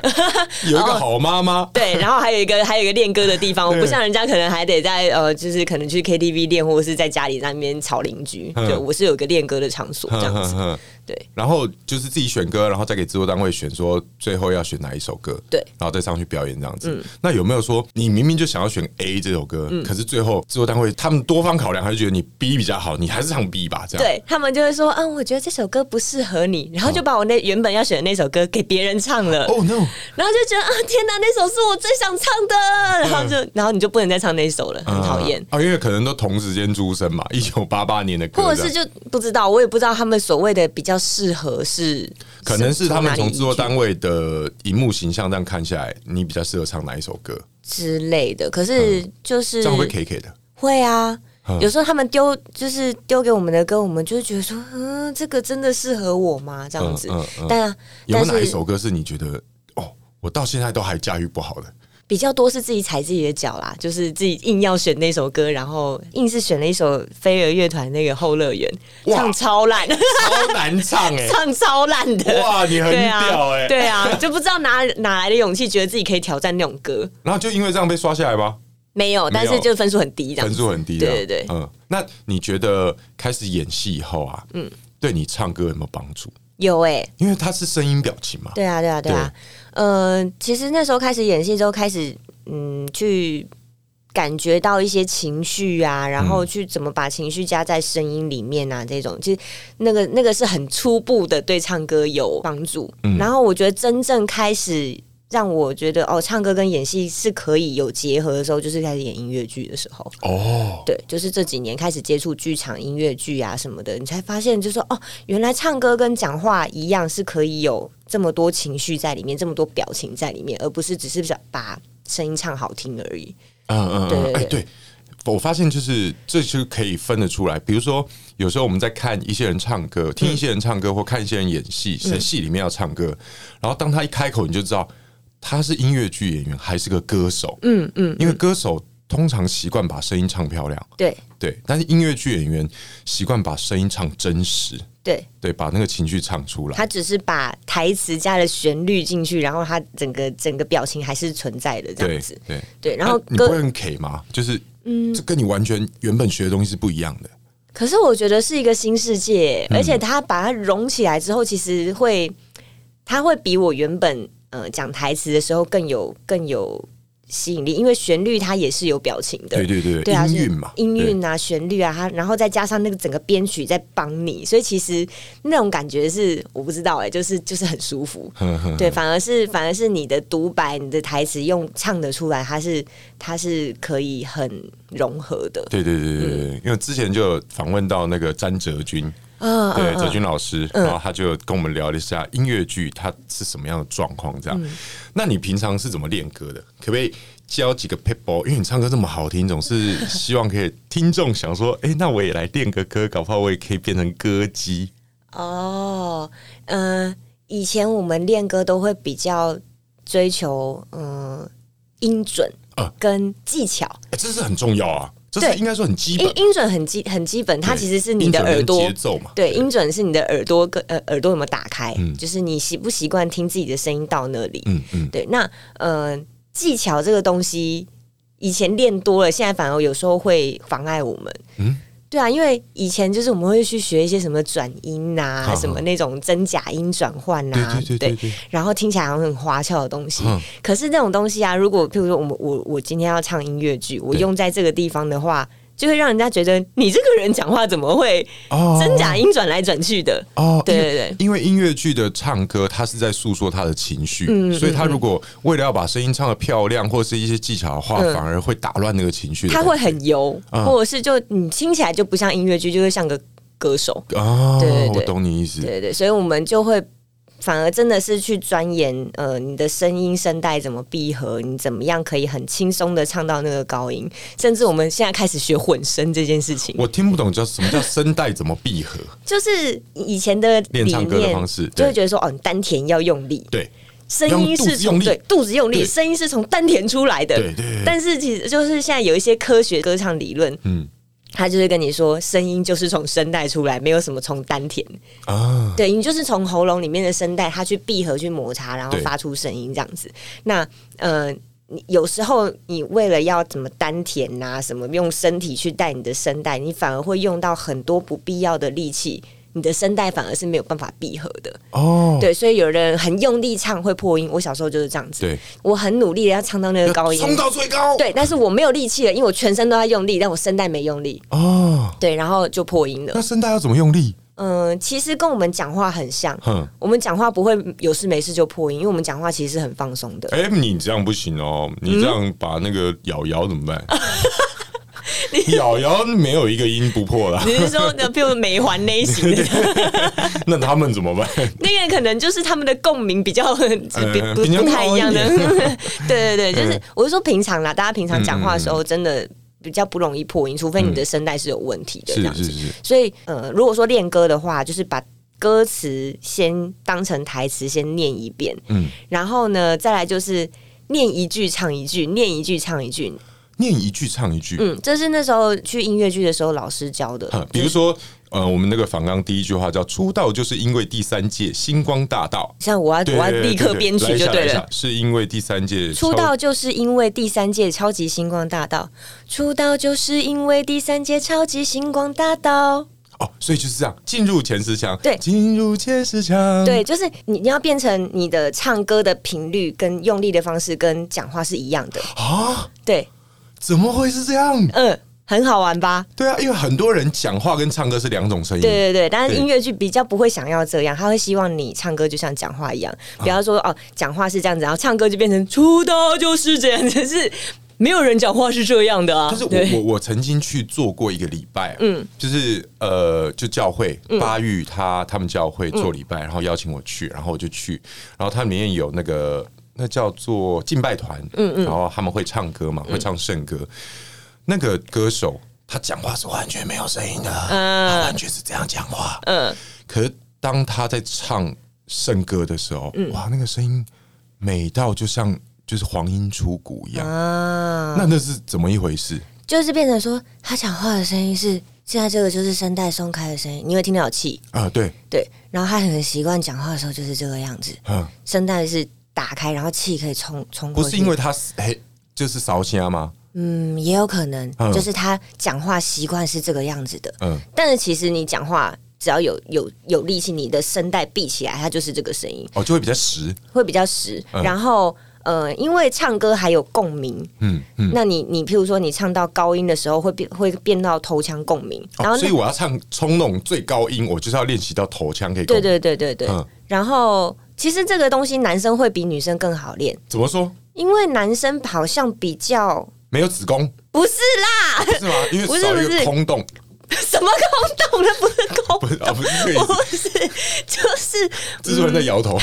Speaker 4: 有一个好妈妈，
Speaker 3: 对，然后还有一个还有一个练歌的地方，我不
Speaker 4: 对
Speaker 3: 像人家可能还得在呃，就是可能去 KTV 练，或者是在家里那边吵邻居。
Speaker 4: 嗯
Speaker 3: 对，我是有一个练歌的场所这样子。
Speaker 4: 哼。
Speaker 3: 对
Speaker 4: 然后就是自己选歌，然后再给制作单位选，说最后要选哪一首歌，
Speaker 3: 对嗯
Speaker 4: 然后再上去表演这样子。那有没有说你明明就想要选 A 这首歌，可是最后制作单位他们多方考量，还是觉得你 B 比较好，你还是唱 B 吧？这样
Speaker 3: 对他们就会说，嗯，我觉得这首歌不适合你，然后就把我那原本要选的那首歌给别人唱了，
Speaker 4: Oh no！
Speaker 3: 然后就觉得啊，天哪，那首是我最想唱的，然后就，然后你就不能再唱那首了，很讨厌
Speaker 4: 嗯。哦，因为可能都同时间出生嘛，一九八八年的歌这
Speaker 3: 或
Speaker 4: 样，
Speaker 3: 者是就不知道，我也不知道他们所谓的比较适合是，
Speaker 4: 可能是他们从制作
Speaker 3: 哪里
Speaker 4: 单位的荧幕形象这样看下来，你比较适合唱哪一首歌？
Speaker 3: 之类的。可是就
Speaker 4: 嗯
Speaker 3: 是
Speaker 4: 这样会不会 K K 的？
Speaker 3: 会啊
Speaker 4: 嗯，
Speaker 3: 有时候他们丢就是丢给我们的歌，我们就会觉得说，嗯，这个真的适合我吗？这样子
Speaker 4: 嗯嗯嗯。
Speaker 3: 但
Speaker 4: 有没
Speaker 3: 但
Speaker 4: 有哪一
Speaker 3: 是
Speaker 4: 首歌是你觉得哦，我到现在都还驾驭不好的？
Speaker 3: 比较多是自己踩自己的脚啦，就是自己硬要选那首歌，然后硬是选了一首飞儿乐团那个《后乐园》，
Speaker 4: 哇
Speaker 3: 唱超烂，
Speaker 4: 超难唱哎、
Speaker 3: 唱超烂的。
Speaker 4: 哇，你很
Speaker 3: 对
Speaker 4: 屌哎、
Speaker 3: 啊，对啊，就不知道哪哪来的勇气，觉得自己可以挑战那种歌，
Speaker 4: 然后就因为这样被刷下来吧，
Speaker 3: 没有，但
Speaker 4: 没
Speaker 3: 是
Speaker 4: 有
Speaker 3: 就分数很低，这样
Speaker 4: 分
Speaker 3: 子
Speaker 4: 数很低的。
Speaker 3: 对对对，
Speaker 4: 嗯，那你觉得开始演戏以后啊，嗯，对你唱歌有没有帮助？
Speaker 3: 有哎，
Speaker 4: 因为它是声音表情嘛。
Speaker 3: 对啊，对啊，对啊。呃，其实那时候开始演戏之后，开始嗯，去感觉到一些情绪啊，然后去怎么把情绪加在声音里面啊，这种其实那个那个是很初步的，对唱歌有帮助。然后我觉得真正开始。让我觉得哦，唱歌跟演戏是可以有结合的时候，就是开始演音乐剧的时候。
Speaker 4: 哦，
Speaker 3: 对，就是这几年开始接触剧场音乐剧啊什么的，你才发现，就说哦，原来唱歌跟讲话一样是可以有这么多情绪在里面，这么多表情在里面，而不是只是想把声音唱好听而已。
Speaker 4: 嗯嗯
Speaker 3: 对
Speaker 4: 嗯，
Speaker 3: 对
Speaker 4: 哎、
Speaker 3: 对
Speaker 4: 对。我发现就是这就可以分得出来，比如说有时候我们在看一些人唱歌、听一些人唱歌或看一些人演
Speaker 3: 嗯
Speaker 4: 戏，在戏里面要唱歌，然后当他一开口，你就知道他是音乐剧演员还是个歌手。
Speaker 3: 嗯嗯，
Speaker 4: 因为歌手通常习惯把声音唱漂亮，
Speaker 3: 对
Speaker 4: 对，但是音乐剧演员习惯把声音唱真实，
Speaker 3: 对，
Speaker 4: 对，把那个情绪唱出来。
Speaker 3: 他只是把台词加了旋律进去，然后他整个整个表情还是存在的这
Speaker 4: 对
Speaker 3: 样子。
Speaker 4: 对，啊
Speaker 3: 对，然后
Speaker 4: 那你不
Speaker 3: 歌
Speaker 4: 会很 K 吗？就是，嗯，这跟你完全原本学的东西是不一样的。
Speaker 3: 可是我觉得是一个新世界，
Speaker 4: 嗯
Speaker 3: 而且它把它融起来之后，其实会，它会比我原本呃讲台词的时候更有更有吸引力，因为旋律它也是有表情的。
Speaker 4: 对对对，
Speaker 3: 对啊，
Speaker 4: 音
Speaker 3: 是
Speaker 4: 韵嘛，
Speaker 3: 音
Speaker 4: 对
Speaker 3: 韵啊，旋律啊，它然后再加上那个整个编曲在帮你，所以其实那种感觉是我不知道哎、就是就是很舒服，对，反而是反而是你的独白、你的台词用唱得出来，它是它是可以很融合的，
Speaker 4: 对对对对对对，因为之前就有访问到那个詹哲君，
Speaker 3: 嗯
Speaker 4: 对哲君老师，然后他就跟我们聊了一下音乐剧它是什么样的状况，这样。
Speaker 3: 嗯
Speaker 4: 那你平常是怎么练歌的？可不可以教几个 people？因为你唱歌这么好听，总是希望可以听众想说，哎，那我也来练个歌，搞不好我也可以变成歌姬。
Speaker 3: 哦，嗯，以前我们练歌都会比较追求嗯、呃音准
Speaker 4: 啊
Speaker 3: 跟技巧，
Speaker 4: 诶这是很重要啊，这
Speaker 3: 嗯对
Speaker 4: 是应该说很基本
Speaker 3: 音。音准很基很基本，它
Speaker 4: 对
Speaker 3: 其实是你的
Speaker 4: 音准跟
Speaker 3: 耳朵
Speaker 4: 节奏嘛，
Speaker 3: 对，音准是你的耳朵跟呃耳朵有没有打开，就是你习不习惯听自己的声音到那里。
Speaker 4: 嗯嗯，
Speaker 3: 对，那呃技巧这个东西，以前练多了，现在反而有时候会妨碍我们。
Speaker 4: 嗯
Speaker 3: 对啊，因为以前就是我们会去学一些什么转音呐、
Speaker 4: 好
Speaker 3: 什么那种真假音转换呐、
Speaker 4: 对对对对对，
Speaker 3: 然后听起来好像很花俏的东西。
Speaker 4: 嗯
Speaker 3: 可是那种东西啊，如果譬如说我们我我今天要唱音乐剧，我
Speaker 4: 对
Speaker 3: 用在这个地方的话，就会让人家觉得你这个人讲话怎么会
Speaker 4: 哦
Speaker 3: 真假音转来转去的？
Speaker 4: 哦，
Speaker 3: 对
Speaker 4: 因为
Speaker 3: 对对
Speaker 4: 因为音乐剧的唱歌，它是在诉说他的情绪，
Speaker 3: 嗯
Speaker 4: 所以他如果为了要把声音唱的漂亮，或是一些技巧的话，
Speaker 3: 嗯
Speaker 4: 反而会打乱那个情绪的
Speaker 3: 它
Speaker 4: 感觉。
Speaker 3: 会很油，
Speaker 4: 嗯
Speaker 3: 或者是就你听起来就不像音乐剧，就会像个歌手。
Speaker 4: 哦，
Speaker 3: 对对
Speaker 4: 我
Speaker 3: 对
Speaker 4: 懂你意思
Speaker 3: 对。对对，所以我们就会反而真的是去钻研，呃，你的声音声带怎么闭合，你怎么样可以很轻松的唱到那个高音，甚至我们现在开始学混声这件事情，
Speaker 4: 我听不懂叫什么叫声带怎么闭合，
Speaker 3: 就是以前的理
Speaker 4: 练唱歌的
Speaker 3: 念
Speaker 4: 方式对
Speaker 3: 就会觉得说，哦，你丹田要用力，
Speaker 4: 对，
Speaker 3: 声
Speaker 4: 用
Speaker 3: 音
Speaker 4: 肚子
Speaker 3: 是从
Speaker 4: 用力
Speaker 3: 对肚子用力，
Speaker 4: 对
Speaker 3: 声音是从丹田出来的，
Speaker 4: 对对对
Speaker 3: 但是其实就是现在有一些科学歌唱理论，
Speaker 4: 嗯，
Speaker 3: 他就是跟你说，声音就是从声带出来，没有什么从丹田。
Speaker 4: 啊，
Speaker 3: 对你就是从喉咙里面的声带，它去闭合、去摩擦，然后
Speaker 4: 对
Speaker 3: 发出声音这样子。那呃，你有时候你为了要怎么丹田呐、什么用身体去带你的声带，你反而会用到很多不必要的力气，你的声带反而是没有办法闭合的。
Speaker 4: 哦，
Speaker 3: 对，所以有人很用力唱会破音，我小时候就是这样子。
Speaker 4: 对，
Speaker 3: 我很努力的要唱到那个高音，
Speaker 4: 冲到最高，
Speaker 3: 对，但是我没有力气了，因为我全身都在用力，但我声带没用力，
Speaker 4: 哦，
Speaker 3: 对，然后就破音了
Speaker 4: 那。声带要怎么用力？
Speaker 3: 嗯、其实跟我们讲话很像，
Speaker 4: 哼，
Speaker 3: 我们讲话不会有事没事就破音，因为我们讲话其实是很放松的。
Speaker 4: 哎，你这样不行哦，你这样把那个咬咬怎么 办？咬咬没有一个音不破啦，
Speaker 3: 你是说的，比如美环那一型 的，
Speaker 4: 那他们怎么办？
Speaker 3: 那个可能就是他们的共鸣比较 比不
Speaker 4: 呃比较
Speaker 3: 不太一样的
Speaker 4: 高一。
Speaker 3: 对对对，就是
Speaker 4: 嗯
Speaker 3: 我是说平常啦，大家平常讲话的时候真的比较不容易破音，除非你的声带是有问题的这
Speaker 4: 嗯是
Speaker 3: 样
Speaker 4: 是
Speaker 3: 子。
Speaker 4: 是，
Speaker 3: 所以呃，如果说练歌的话，就是把歌词先当成台词先念一遍，
Speaker 4: 嗯，
Speaker 3: 然后呢，再来就是念一句唱一句，念一句唱一句。
Speaker 4: 念一句唱一句，
Speaker 3: 嗯，这是那时候去音乐剧的时候老师教的
Speaker 4: 哼，啊比如说。呃，我们那个访纲第一句话叫“出道就是因为第三届星光大道”，
Speaker 3: 像我要
Speaker 4: 对
Speaker 3: 我要
Speaker 4: 对对
Speaker 3: 立刻
Speaker 4: 对
Speaker 3: 编
Speaker 4: 来
Speaker 3: 曲
Speaker 4: 一
Speaker 3: 就
Speaker 4: 下
Speaker 3: 对
Speaker 4: 来一
Speaker 3: 了
Speaker 4: 下。是因为第三届
Speaker 3: 出
Speaker 4: 超
Speaker 3: 道就是因为第三届超级星光大道，出道就是因为第三届超级星光大道。
Speaker 4: 哦，所以就是这样，进入前十强，
Speaker 3: 对
Speaker 4: 进入前十强，
Speaker 3: 对，就是你你要变成你的唱歌的频率跟用力的方式跟讲话是一样的。
Speaker 4: 啊，
Speaker 3: 对，
Speaker 4: 怎么会是这样？
Speaker 3: 嗯，很好玩吧？
Speaker 4: 对啊，因为很多人讲话跟唱歌是两种声音，
Speaker 3: 对对对，但是
Speaker 4: 对
Speaker 3: 音乐剧比较不会想要这样，他会希望你唱歌就像讲话一样，
Speaker 4: 啊
Speaker 3: 不要说、哦，讲话是这样子，然后唱歌就变成出道就是这样子，是没有人讲话是这样的啊。
Speaker 4: 但是
Speaker 3: 对
Speaker 4: 我我我曾经去做过一个礼拜，嗯
Speaker 3: 嗯，
Speaker 4: 就是呃，就教会巴育他他们教会做礼拜，
Speaker 3: 嗯
Speaker 4: 然后邀请我去，然后我就去，然后它里面有那个那叫做敬拜团，嗯嗯，然后他们会唱歌
Speaker 3: 嗯
Speaker 4: 嘛，会唱圣歌，那个歌手他讲话是完全没有声音的，
Speaker 3: 嗯
Speaker 4: 他完全是这样讲话，嗯，可是当他在唱圣歌的时候，
Speaker 3: 嗯
Speaker 4: 哇，那个声音美到就像就是黄莺出谷一样，
Speaker 3: 啊，
Speaker 4: 那那是怎么一回事？
Speaker 3: 就是变成说他讲话的声音是现在这个就是声带松开的声音，你会听到有气，
Speaker 4: 啊，对，
Speaker 3: 对，然后他很习惯讲话的时候就是这个样子，
Speaker 4: 嗯，
Speaker 3: 声带是打开，然后气可以冲冲
Speaker 4: 不
Speaker 3: 过去，
Speaker 4: 是因为他是嘿，就是烧虾吗？
Speaker 3: 嗯，也有可能，
Speaker 4: 嗯
Speaker 3: 就是他讲话习惯是这个样子的。
Speaker 4: 嗯，
Speaker 3: 但是其实你讲话只要有有有力气，你的声带闭起来，它就是这个声音，
Speaker 4: 哦，就会比较实，
Speaker 3: 会比较实。
Speaker 4: 嗯
Speaker 3: 然后呃，因为唱歌还有共鸣，
Speaker 4: 嗯嗯。
Speaker 3: 那你你譬如说你唱到高音的时候，会变会变到头腔共鸣，然
Speaker 4: 哦、
Speaker 3: 后
Speaker 4: 所
Speaker 3: 那、
Speaker 4: 以我要唱冲那种最高音，我就是要练习到头腔可以。
Speaker 3: 对，对对对对，
Speaker 4: 嗯
Speaker 3: 然后其实这个东西男生会比女生更好练，
Speaker 4: 怎么说？
Speaker 3: 因为男生好像比较
Speaker 4: 没有子 宫
Speaker 3: 不是啦，
Speaker 4: 是吗？因
Speaker 3: 不
Speaker 4: 为
Speaker 3: 是
Speaker 4: 少一
Speaker 3: 不
Speaker 4: 个
Speaker 3: 是
Speaker 4: 空洞，
Speaker 3: 什么空洞那不是空
Speaker 4: 不是啊，不是这个意思。
Speaker 3: 不是， 就是
Speaker 4: 制作人在 摇头，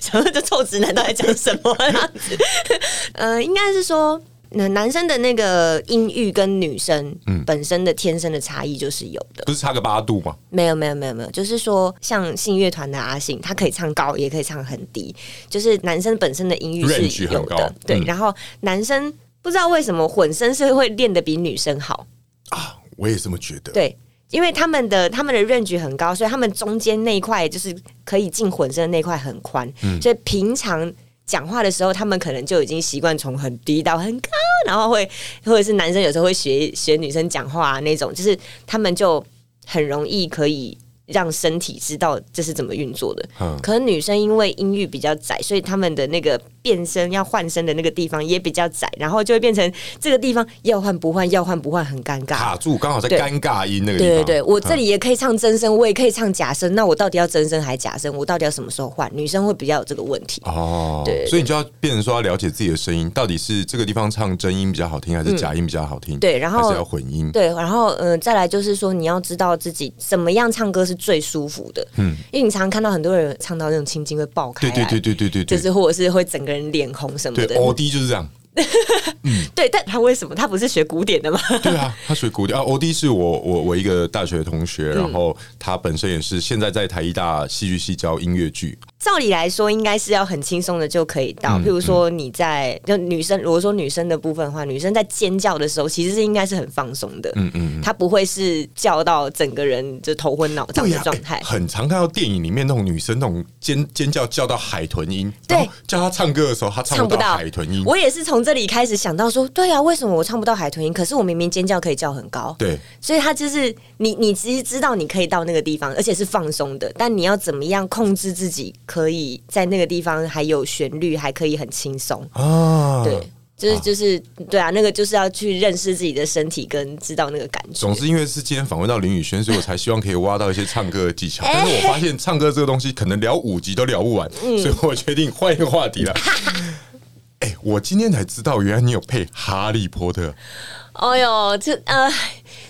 Speaker 3: 想问这臭直男到底讲什么这样子？ 呃，应该是说。那男生的那个音域跟女生本身的天生的差异就是有的，
Speaker 4: 不是差个八度吗？
Speaker 3: 没有没有没有没有，就是说像信乐团的阿信，他可以唱高，也可以唱很低，就是男生本身的音域
Speaker 4: Range
Speaker 3: 是
Speaker 4: 很
Speaker 3: 有
Speaker 4: 高
Speaker 3: 的，对。
Speaker 4: 嗯
Speaker 3: 然后男生不知道为什么混声是会练得比女生好，
Speaker 4: 啊我也这么觉得。
Speaker 3: 对，啊因为他们的他们的 range 很高，所以他们中间那一块就是可以进混声的那块很宽，所以平常。讲话的时候，他们可能就已经习惯从很低到很高，然后会或者是男生有时候会学学女生讲话、啊、那种，就是他们就很容易可以让身体知道这是怎么运作的。
Speaker 4: 嗯
Speaker 3: 可能女生因为音域比较窄，所以她们的那个变声要换声的那个地方也比较窄，然后就会变成这个地方要换不换，要换不换，很尴尬。
Speaker 4: 卡住，刚好在
Speaker 3: 对
Speaker 4: 尴尬音那个地
Speaker 3: 对
Speaker 4: 方。
Speaker 3: 对对，我这
Speaker 4: 嗯
Speaker 3: 里也可以唱真声，我也可以唱假声，那我到底要真声还假声？我到底要什么时候换？女生会比较有这个问题。
Speaker 4: 哦，
Speaker 3: 对对
Speaker 4: 所以你就要变成说要了解自己的声音，到底是这个地方唱真音比较好听，还是假音比较好听？
Speaker 3: 嗯对然后
Speaker 4: 还是要混音。
Speaker 3: 对，然后嗯、呃再来就是说，你要知道自己怎么样唱歌是最舒服的。嗯，因为你常常看到很多人唱到那种青筋会爆开
Speaker 4: 对
Speaker 3: 来，
Speaker 4: 对对对对对
Speaker 3: 就
Speaker 4: 对
Speaker 3: 是或者是会整个人脸红什么
Speaker 4: 对，
Speaker 3: 的。
Speaker 4: 欧弟就是这 样。
Speaker 3: 对，但他为什么他不是学古典的吗？
Speaker 4: 对啊，他学古典啊。欧弟是我我我一
Speaker 3: 嗯
Speaker 4: 个大学同学，然后他本身也是现在在台艺大戏剧系教音乐剧，
Speaker 3: 照理来说，应该是要很轻松的就可以到。
Speaker 4: 嗯
Speaker 3: 譬如说你在就女生，如果说女生的部分的话，女生在尖叫的时候，其实是应该是很放松的，
Speaker 4: 嗯嗯嗯，
Speaker 3: 她不会是叫到整个人就头昏脑胀
Speaker 4: 对
Speaker 3: 的
Speaker 4: 呀、
Speaker 3: 状
Speaker 4: 哎
Speaker 3: 态。
Speaker 4: 很常看到电影里面那种女生那种尖尖叫叫到海豚音，
Speaker 3: 对，
Speaker 4: 叫她唱歌的时候她
Speaker 3: 唱
Speaker 4: 唱
Speaker 3: 不
Speaker 4: 不
Speaker 3: 到
Speaker 4: 海豚音，
Speaker 3: 我也是从这里开始想到说，对啊，为什么我唱不到海豚音？可是我明明尖叫可以叫很高，
Speaker 4: 对，
Speaker 3: 所以他就是你，你其实知道你可以到那个地方，而且是放松的，但你要怎么样控制自己，可以在那个地方还有旋律，还可以很轻松，
Speaker 4: 啊，
Speaker 3: 对。就是就是
Speaker 4: 嗯
Speaker 3: 对啊，那个就是要去认识自己的身体，跟知道那个感觉。
Speaker 4: 总之，因为是今天访问到林宇轩，所以我才希望可以挖到一些唱歌的技
Speaker 3: 哎
Speaker 4: 巧。但是我发现唱歌这个东西，可能聊五集都聊不完，
Speaker 3: 嗯
Speaker 4: 所以我决定换一个话 题了。哎、我今天才知道，原来你有配《哈利波特》
Speaker 3: 哎呦，这呃，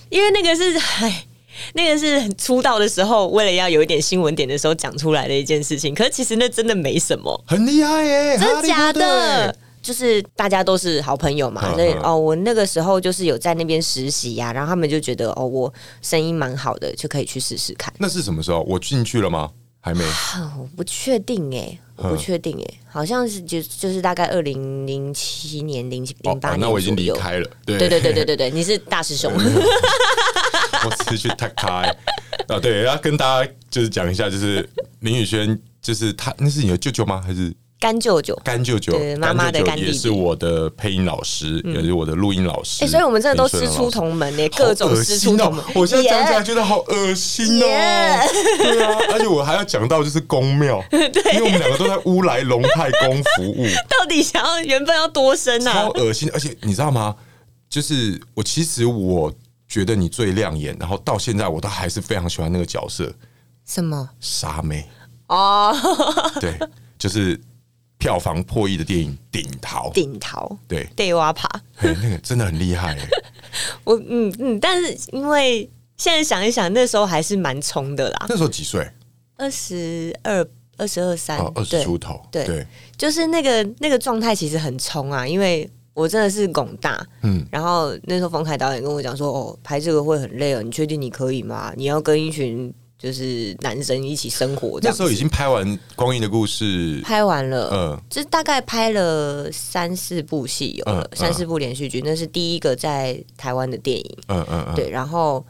Speaker 3: 因为那个是哎。那个是很出道的时候，为了要有一点新闻点的时候讲出来的一件事情。可是其实那真的没什么，
Speaker 4: 很厉害耶、哎哈
Speaker 3: 真
Speaker 4: 利
Speaker 3: 的
Speaker 4: 波
Speaker 3: 假
Speaker 4: 特欸
Speaker 3: 的？？就是大家都是好朋友嘛
Speaker 4: 嗯，
Speaker 3: 所以
Speaker 4: 嗯
Speaker 3: 哦，我那个时候就是有在那边实习呀、然后他们就觉得哦，我声音蛮好的，就可以去试试看。
Speaker 4: 那是什么时候？我进去了吗？还没。
Speaker 3: 啊，我不确定哎、我不
Speaker 4: 嗯
Speaker 3: 确定哎、好像是就就是大概二零零七年、零
Speaker 4: 哦
Speaker 3: 零八
Speaker 4: 哦
Speaker 3: 年、
Speaker 4: 那我已经离。开了。对
Speaker 3: 对对对对对对，你是大师兄，
Speaker 4: 我只是去 t 他、欸。啊，对，要跟大家就是讲一下，就是林宇轩，就是他，那是你的舅舅吗？还是
Speaker 3: 干舅舅。
Speaker 4: 干舅舅？
Speaker 3: 对妈妈的
Speaker 4: 干
Speaker 3: 干
Speaker 4: 舅舅
Speaker 3: 弟弟
Speaker 4: 也是我的配音老师，也是我的录音老师。
Speaker 3: 哎、所以我们真的都
Speaker 4: 林
Speaker 3: 师
Speaker 4: 轩
Speaker 3: 出
Speaker 4: 老师。
Speaker 3: 同门呢、
Speaker 4: 好
Speaker 3: 各种
Speaker 4: 恶
Speaker 3: 师
Speaker 4: 心
Speaker 3: 出
Speaker 4: 哦
Speaker 3: 同门。
Speaker 4: 我现在讲起来
Speaker 3: 耶
Speaker 4: 觉得好恶心哦。
Speaker 3: Yeah
Speaker 4: 对啊，而且我还要讲到就是公庙，因为我们两个都在乌来龙泰宫服 务。
Speaker 3: 到底想要原本要多深啊
Speaker 4: 超？恶心，而且你知道吗？就是我其实我觉得你最亮眼，然后到现在我都还是非常喜欢那个角色
Speaker 3: 什么？
Speaker 4: 傻 妹，
Speaker 3: 哦，
Speaker 4: 对，就是票房破亿的电影《顶逃》，
Speaker 3: 顶桃
Speaker 4: 对，
Speaker 3: 对挖爬。
Speaker 4: 嘿那个真的很厉害、欸，
Speaker 3: 我嗯嗯，但是因为现在想一想，那时候还是蛮冲的啦，
Speaker 4: 那时候几岁？
Speaker 3: 二十二、二十二三
Speaker 4: 哦，，二十
Speaker 3: 嗯对
Speaker 4: 出头，
Speaker 3: 对就是那个那个状态其实很冲啊，因为我真的是拱大，
Speaker 4: 嗯
Speaker 3: 嗯，然后那时候冯凯导演跟我讲说，哦，拍这个会很累哦，你确定你可以吗？你要跟一群就是男生一起生活
Speaker 4: 那
Speaker 3: 这样
Speaker 4: 时候已
Speaker 3: 子。
Speaker 4: 经拍完《光阴的故事》，
Speaker 3: 拍完了，
Speaker 4: 嗯
Speaker 3: 就大概拍了三四部戏有了，
Speaker 4: 嗯嗯
Speaker 3: 三四部连续剧，那是第一个在台湾的电影。
Speaker 4: 嗯嗯嗯，
Speaker 3: 对，然后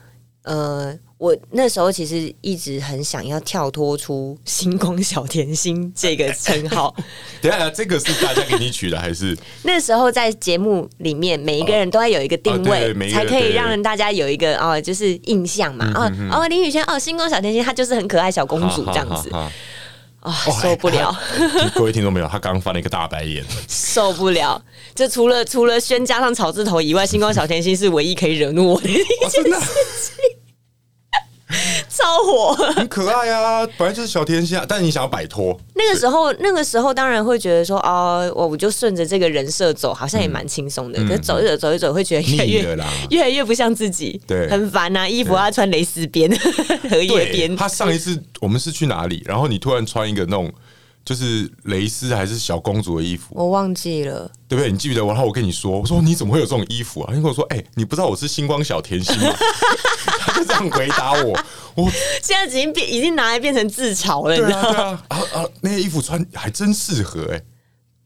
Speaker 3: 呃，我那时候其实一直很想要跳脱出“星光小甜心”这个称 号。
Speaker 4: 等一下这个是大家给你取的还是？
Speaker 3: 那时候在节目里面，每一个人都要有一个定
Speaker 4: 啊对
Speaker 3: 位，
Speaker 4: 每一个
Speaker 3: 才
Speaker 4: 人嗯
Speaker 3: 可
Speaker 4: 对
Speaker 3: 以让人大家有一个哦，就是印象嘛。哦、哦，林宇轩哦，星光小甜心，她就是很可爱小 公主这样子
Speaker 4: 哈哈哈哈
Speaker 3: 啊、
Speaker 4: 哦
Speaker 3: 受不了，
Speaker 4: 哎 各位听众朋友，他刚刚翻了一个大白 眼。
Speaker 3: 受不了！就除了除了轩加上草字头以外，星光小甜心是唯一可以惹怒我的，
Speaker 4: 哦、真的
Speaker 3: 超火。
Speaker 4: 很可爱啊，本来就是小天下，但你想要摆脱，
Speaker 3: 那个时候，那个时候当然会觉得说，哦，我我就顺着这个人设走，好像也蛮轻松的。可是走一走，走一走，会觉得 越来
Speaker 4: 嗯腻了
Speaker 3: 越
Speaker 4: 啦。
Speaker 3: 越来越不像自己，
Speaker 4: 对
Speaker 3: 很烦啊！衣服要穿蕾丝边、荷叶边，
Speaker 4: 他上一次我们是去哪里？然后你突然穿一个那种就是蕾丝还是小公主的衣服，
Speaker 3: 我忘记了。
Speaker 4: 对不对？你记不记得我？然后我跟你说，我说你怎么会有这种衣服啊？你跟我说，哎、你不知道我是星光小甜心吗？ 他就这样回答我，我
Speaker 3: 现在已经变，已经拿来变成自嘲了，你
Speaker 4: 对
Speaker 3: 知道
Speaker 4: 啊
Speaker 3: 吗？
Speaker 4: 对啊啊啊！那些衣服穿还真适合哎、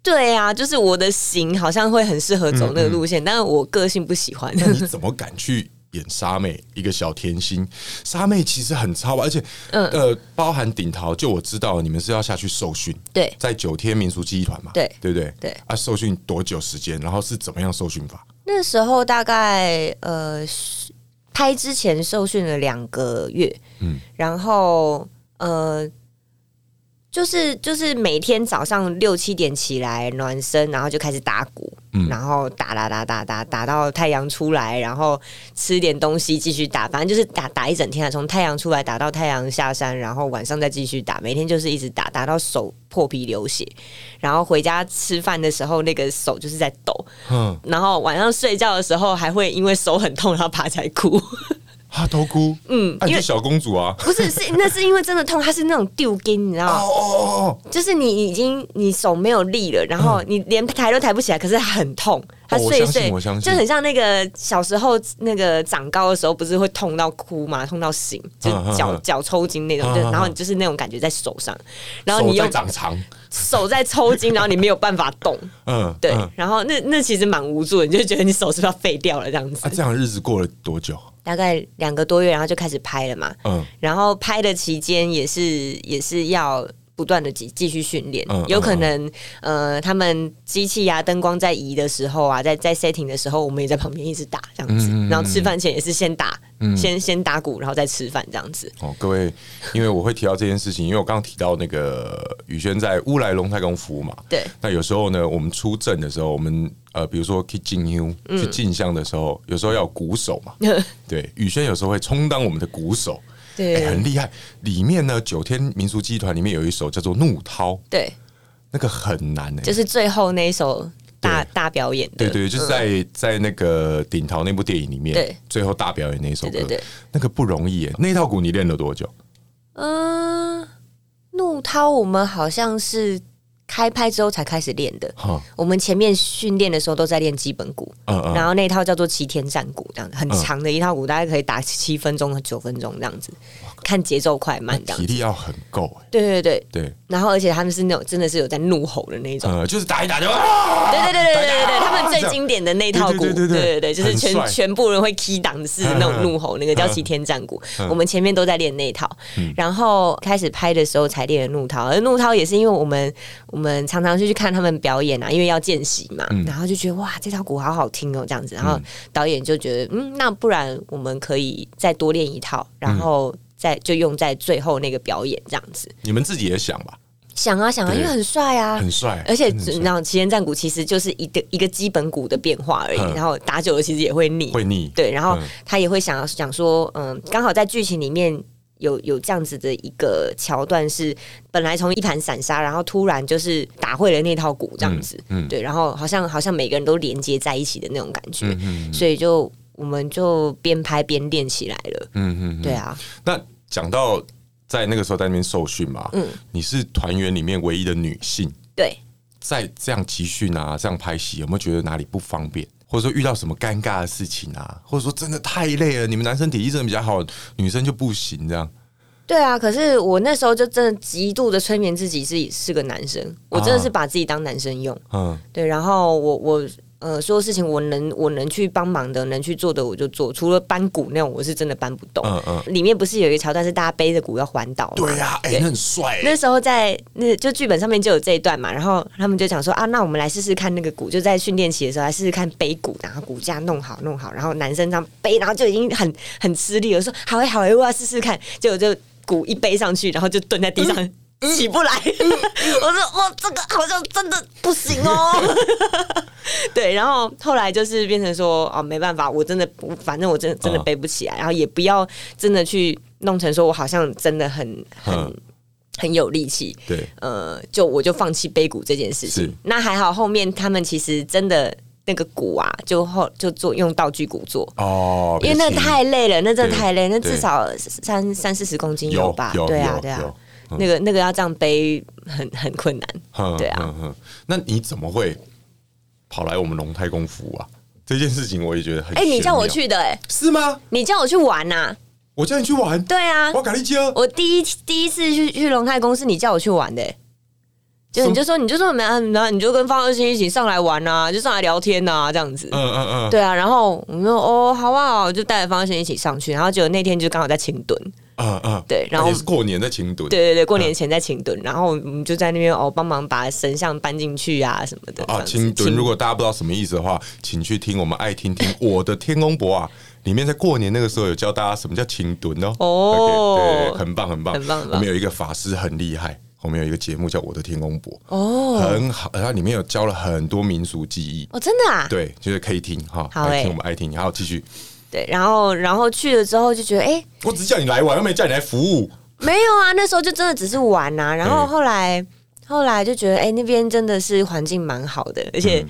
Speaker 3: 对啊，就是我的型好像会很适合走
Speaker 4: 嗯
Speaker 3: 那个路线，但是我个性不喜 欢。
Speaker 4: 那你怎么敢去演沙妹一个小甜心？沙妹其实很超吧，而且、
Speaker 3: 嗯
Speaker 4: 呃，包含顶桃，就我知道你们是要下去受训，
Speaker 3: 对
Speaker 4: 在九天民俗记忆团嘛，
Speaker 3: 对
Speaker 4: 对不对？
Speaker 3: 对
Speaker 4: 啊，受训多久时间？然后是怎么样受训法？
Speaker 3: 那时候大概呃，是拍之前受训了两个月，
Speaker 4: 嗯
Speaker 3: 嗯，然后呃，就是就是每天早上六七点起来暖身，然后就开始打鼓，
Speaker 4: 嗯
Speaker 3: 然后打打打打打打到太阳出来，然后吃点东西继续打，反正就是打打一整天啊，从太阳出来打到太阳下山，然后晚上再继续打，每天就是一直打打到手破皮流血，然后回家吃饭的时候那个手就是在抖，
Speaker 4: 嗯，
Speaker 3: 然后晚上睡觉的时候还会因为手很痛，然后爬起来哭。
Speaker 4: 哈头菇，嗯，啊、你就
Speaker 3: 因为
Speaker 4: 小公主啊，
Speaker 3: 不是是那是因为真的痛，它是那种丢筋，你知道
Speaker 4: 哦
Speaker 3: 吗？
Speaker 4: 哦哦，
Speaker 3: 就是你已经你手没有力了，然后你连抬都抬不起来，可是它很痛，它
Speaker 4: 嗯哦我
Speaker 3: 碎
Speaker 4: 相信
Speaker 3: 碎，
Speaker 4: 我相信
Speaker 3: 就很像那个小时候那个长高的时候，不是会痛到哭嘛，痛到醒，就
Speaker 4: 嗯嗯嗯
Speaker 3: 脚脚抽筋那种，就
Speaker 4: 嗯嗯嗯
Speaker 3: 然后你就是那种感觉在手上，然后
Speaker 4: 手
Speaker 3: 你
Speaker 4: 在
Speaker 3: 用
Speaker 4: 长长，
Speaker 3: 手在抽筋，然后你没有办法动，
Speaker 4: 嗯，
Speaker 3: 对
Speaker 4: 嗯，
Speaker 3: 然后那那其实蛮无助的，你就觉得你手是不是要废掉了这样子
Speaker 4: 啊，。这样的日子过了多久？
Speaker 3: 大概两个多月，然后就开始拍了嘛，
Speaker 4: 嗯，
Speaker 3: 然后拍的期间也是也是要不断的继继续训练，
Speaker 4: 嗯
Speaker 3: 有可能、呃，他们机器啊、灯光在移的时候啊，在在 setting 的时候，我们也在旁边一直打这样子，
Speaker 4: 嗯嗯嗯嗯
Speaker 3: 然后吃饭前也是先打，先先打鼓，然后再吃饭这样子。
Speaker 4: 哦，各位，因为我会提到这件事情，因为我刚刚提到那个宇轩在乌来龙太宫服务嘛，
Speaker 3: 对
Speaker 4: 那有时候呢，我们出阵的时候，我们呃，比如说去进香、
Speaker 3: 嗯
Speaker 4: 去进香的时候，有时候要有鼓手嘛，对，宇轩有时候会充当我们的鼓手，
Speaker 3: 对
Speaker 4: 哎很厉害。里面呢，九天民俗剧团里面有一首叫做《怒涛》，
Speaker 3: 对，
Speaker 4: 那个很难哎、
Speaker 3: 就是最后那一首大
Speaker 4: 对
Speaker 3: 大表演的，
Speaker 4: 对对，就是在、在那个顶桃那部电影里面，
Speaker 3: 嗯对
Speaker 4: 最后大表演那首歌，
Speaker 3: 对对对
Speaker 4: 那个不容易、欸。那套鼓你练了多久？
Speaker 3: 嗯、怒涛我们好像是开拍之后才开始练的，
Speaker 4: 哈，
Speaker 3: 我们前面训练的时候都在练基本鼓，
Speaker 4: 嗯嗯
Speaker 3: 然后那一套叫做齐天战鼓，这样子很长的一套鼓，大概可以打七分钟和九分钟这样子，看节奏快慢这
Speaker 4: 啊
Speaker 3: 样
Speaker 4: 体
Speaker 3: 子。
Speaker 4: 力要很够哎、
Speaker 3: 对对对，
Speaker 4: 对，
Speaker 3: 然后而且他们是那种真的是有在怒吼的那种。
Speaker 4: 呃，就是打一打就啊，
Speaker 3: 对对对对对对对，
Speaker 4: 打一打
Speaker 3: 他们最经典的那一套
Speaker 4: 啊
Speaker 3: 鼓，
Speaker 4: 对对对对对
Speaker 3: 对对，就是
Speaker 4: 很帅
Speaker 3: 全全部人会 key 档式的那种 怒吼，那个叫齐天战鼓。
Speaker 4: 嗯
Speaker 3: 我们前面都在练那一套，然后开始拍的时候才练的怒涛，而怒涛也是因为我们我们常常就去看他们表演啊，因为要见习嘛，
Speaker 4: 嗯
Speaker 3: 然后就觉得哇，这套鼓好好听哦，这样子，然后导演就觉得嗯，那不然我们可以再多练一套，然
Speaker 4: 嗯
Speaker 3: 后再就用在最后那个表演这样子。
Speaker 4: 你们自己也想吧，
Speaker 3: 想啊想啊，
Speaker 4: 对
Speaker 3: 因为很帅啊，
Speaker 4: 很帅，
Speaker 3: 而且
Speaker 4: 真的很帅
Speaker 3: 你知道，旗舰战鼓其实就是一个一个基本鼓的变化而已，
Speaker 4: 嗯
Speaker 3: 然后打久了其实也会腻，
Speaker 4: 会腻，
Speaker 3: 对，然后
Speaker 4: 嗯
Speaker 3: 他也会想要讲说，嗯，刚好在剧情里面。有有这样子的一个桥段是，本来从一盘散沙，然后突然就是打会了那套鼓这样子，
Speaker 4: 嗯嗯
Speaker 3: 对，然后好像好像每个人都连接在一起的那种感觉，
Speaker 4: 嗯
Speaker 3: 所以就我们就边拍边练起来了，
Speaker 4: 嗯嗯，
Speaker 3: 对啊，
Speaker 4: 那讲到在那个时候在那边受训嘛，嗯
Speaker 3: 嗯，
Speaker 4: 你是团员里面唯一的女性，
Speaker 3: 对，
Speaker 4: 在这样集训啊，这样拍戏，有没有觉得哪里不方便？或者说遇到什么尴尬的事情啊，或者说真的太累了，你们男生体力真的比较好，女生就不行这样。
Speaker 3: 对啊，可是我那时候就真的极度的催眠自己是是个男生，我真
Speaker 4: 啊
Speaker 3: 的是把自己当男生用，
Speaker 4: 嗯，
Speaker 3: 对，然后我我呃，所有事情我能我能去帮忙的，能去做的我就做，除了搬鼓那种，我是真的搬不动。
Speaker 4: 嗯嗯
Speaker 3: 里面不是有一个桥段是大家背着鼓要环岛吗？
Speaker 4: 对呀、哎、那很帅、欸，
Speaker 3: 哦那时候在那就剧本上面就有这一段嘛，然后他们就讲说啊，那我们来试试看那个鼓，就在训练期的时候来试试看背鼓，然后骨架弄好弄好，然后男生这样背，然后就已经很很吃力了，我说好哎、好哎、我要试试看，结果就鼓一背上去，然后就蹲在地上。
Speaker 4: 嗯
Speaker 3: 起不来，嗯 我说哇，这个好像真的不行哦。对，然后后来就是变成说哦，没办法，我真的，我反正我真的真的
Speaker 4: 嗯
Speaker 3: 背不起来，然后也不要真的去弄成说我好像真的很很
Speaker 4: 嗯，
Speaker 3: 很有力气，
Speaker 4: 对，
Speaker 3: 呃，就我就放弃背骨这件事
Speaker 4: 是
Speaker 3: 情。那还好，后面他们其实真的那个骨啊，就后就做用道具骨做。
Speaker 4: 哦，
Speaker 3: 因为那太累了，那真的
Speaker 4: 对
Speaker 3: 太累，那
Speaker 4: 对
Speaker 3: 至少三三四十公斤
Speaker 4: 有
Speaker 3: 吧？
Speaker 4: 有
Speaker 3: 对啊
Speaker 4: 有，
Speaker 3: 对啊
Speaker 4: 有，嗯
Speaker 3: 那个那个要这样背很很困难。
Speaker 4: 哼
Speaker 3: 对啊
Speaker 4: 哼哼那你怎么会跑来我们龙太公服务啊？这件事情我也觉得很
Speaker 3: 哎，你
Speaker 4: 玄
Speaker 3: 叫我
Speaker 4: 妙
Speaker 3: 去的，哎，
Speaker 4: 是吗？
Speaker 3: 你叫我去玩呐？
Speaker 4: 我叫你去玩，
Speaker 3: 对啊，
Speaker 4: 我赶你接哦
Speaker 3: 我第一第一次去去龙泰公司，你叫我去玩的、欸就
Speaker 4: 什
Speaker 3: 你就说你就说没啊，然后你就跟方二星一起上来玩啊，就上来聊天啊，这样子。
Speaker 4: 嗯嗯嗯，
Speaker 3: 对啊，然后我们说哦，好啊，我就带着方二星一起上去，然后结果那天就刚好在清墩，
Speaker 4: 嗯嗯，
Speaker 3: 对然后
Speaker 4: 也是过年在秦墩，嗯
Speaker 3: 对对对，过年前在清墩，然后我们就在那边哦帮忙把神像搬进去啊什么的这
Speaker 4: 啊，
Speaker 3: 样子
Speaker 4: 秦墩。
Speaker 3: 清
Speaker 4: 如果大家不知道什么意思的话，请去听我们爱听听我的天公伯啊。里面在过年那个时候有教大家什么叫秦墩哦，
Speaker 3: 哦
Speaker 4: OK，对对对，很棒很棒
Speaker 3: 很棒很
Speaker 4: 我
Speaker 3: 棒
Speaker 4: 们有一个法师很厉害，我们有一个节目叫我的天公伯，
Speaker 3: 哦
Speaker 4: 很好，它里面有教了很多民俗技艺，
Speaker 3: 哦，真的啊，
Speaker 4: 对，就是可以听哈，
Speaker 3: 好
Speaker 4: 来
Speaker 3: 欸
Speaker 4: 听我们爱听，好继续。
Speaker 3: 对，然后然后去了之后就觉得哎、诶
Speaker 4: 我只是叫你来玩，又没叫你来服务。
Speaker 3: 没有啊，那时候就真的只是玩啊。然后
Speaker 4: 嗯嗯
Speaker 3: 后来，后来就觉得，哎、那边真的是环境蛮好的，而且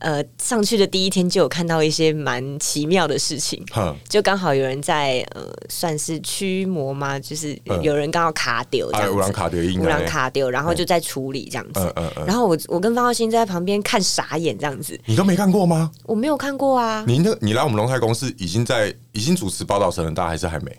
Speaker 3: 呃上去的第一天就有看到一些蛮奇妙的事情，
Speaker 4: 哼，
Speaker 3: 就刚好有人在呃算是驱魔嘛，就是
Speaker 4: 嗯
Speaker 3: 有人刚好卡丢这
Speaker 4: 哎，
Speaker 3: 样
Speaker 4: 乌兰
Speaker 3: 子。
Speaker 4: 卡的音
Speaker 3: 乌
Speaker 4: 啊
Speaker 3: 兰，卡丢，然后就在处理这样子
Speaker 4: 嗯嗯嗯，
Speaker 3: 然后我我跟方浩鑫在旁边看傻眼这样子，
Speaker 4: 你都没看过吗？
Speaker 3: 我没有看过啊，
Speaker 4: 你那，你来我们龙泰公司已经在已经主持《宝岛神人大》还是还没？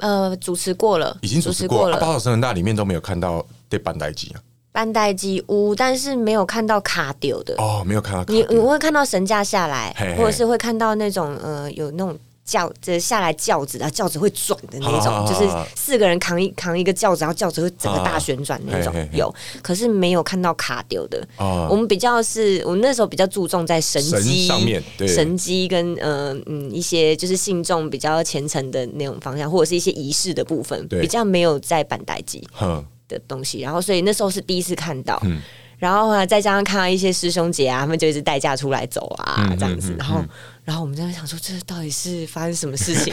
Speaker 3: 呃，主持过了，
Speaker 4: 已经主
Speaker 3: 主持
Speaker 4: 持过《啊
Speaker 3: 了
Speaker 4: 宝岛神人大》里面都没有看到这半代机啊？
Speaker 3: 班代机屋，但是没有看到卡丢的，
Speaker 4: 哦，没有看到卡
Speaker 3: 呃你你
Speaker 4: 丁。
Speaker 3: 会看到神架下来，
Speaker 4: 嘿嘿
Speaker 3: 或者是会看到那种呃有那种轿这下来轿子啊，轿子会转的那种，
Speaker 4: 啊
Speaker 3: 就是四个人扛一扛一个轿子，然后轿子会整个大旋转那种、
Speaker 4: 啊嘿嘿嘿
Speaker 3: 有，可是没有看到卡丢的。
Speaker 4: 啊
Speaker 3: 呃我们比较是我们那时候比较注重在神
Speaker 4: 神
Speaker 3: 机
Speaker 4: 上面对
Speaker 3: 神机跟呃嗯一些就是信众比较虔诚的那种方向，或者是一些仪式的部分，
Speaker 4: 对
Speaker 3: 比较没有在板代机。
Speaker 4: 哼，
Speaker 3: 的东西，然后所以那时候是第一次看到，
Speaker 4: 嗯
Speaker 3: 然后啊，再加上看到一些师兄姐啊，他们就一直代驾出来走啊，
Speaker 4: 嗯嗯
Speaker 3: 这样子
Speaker 4: 嗯，
Speaker 3: 然后。然后我们在那想说，这到底是发生什么事 情？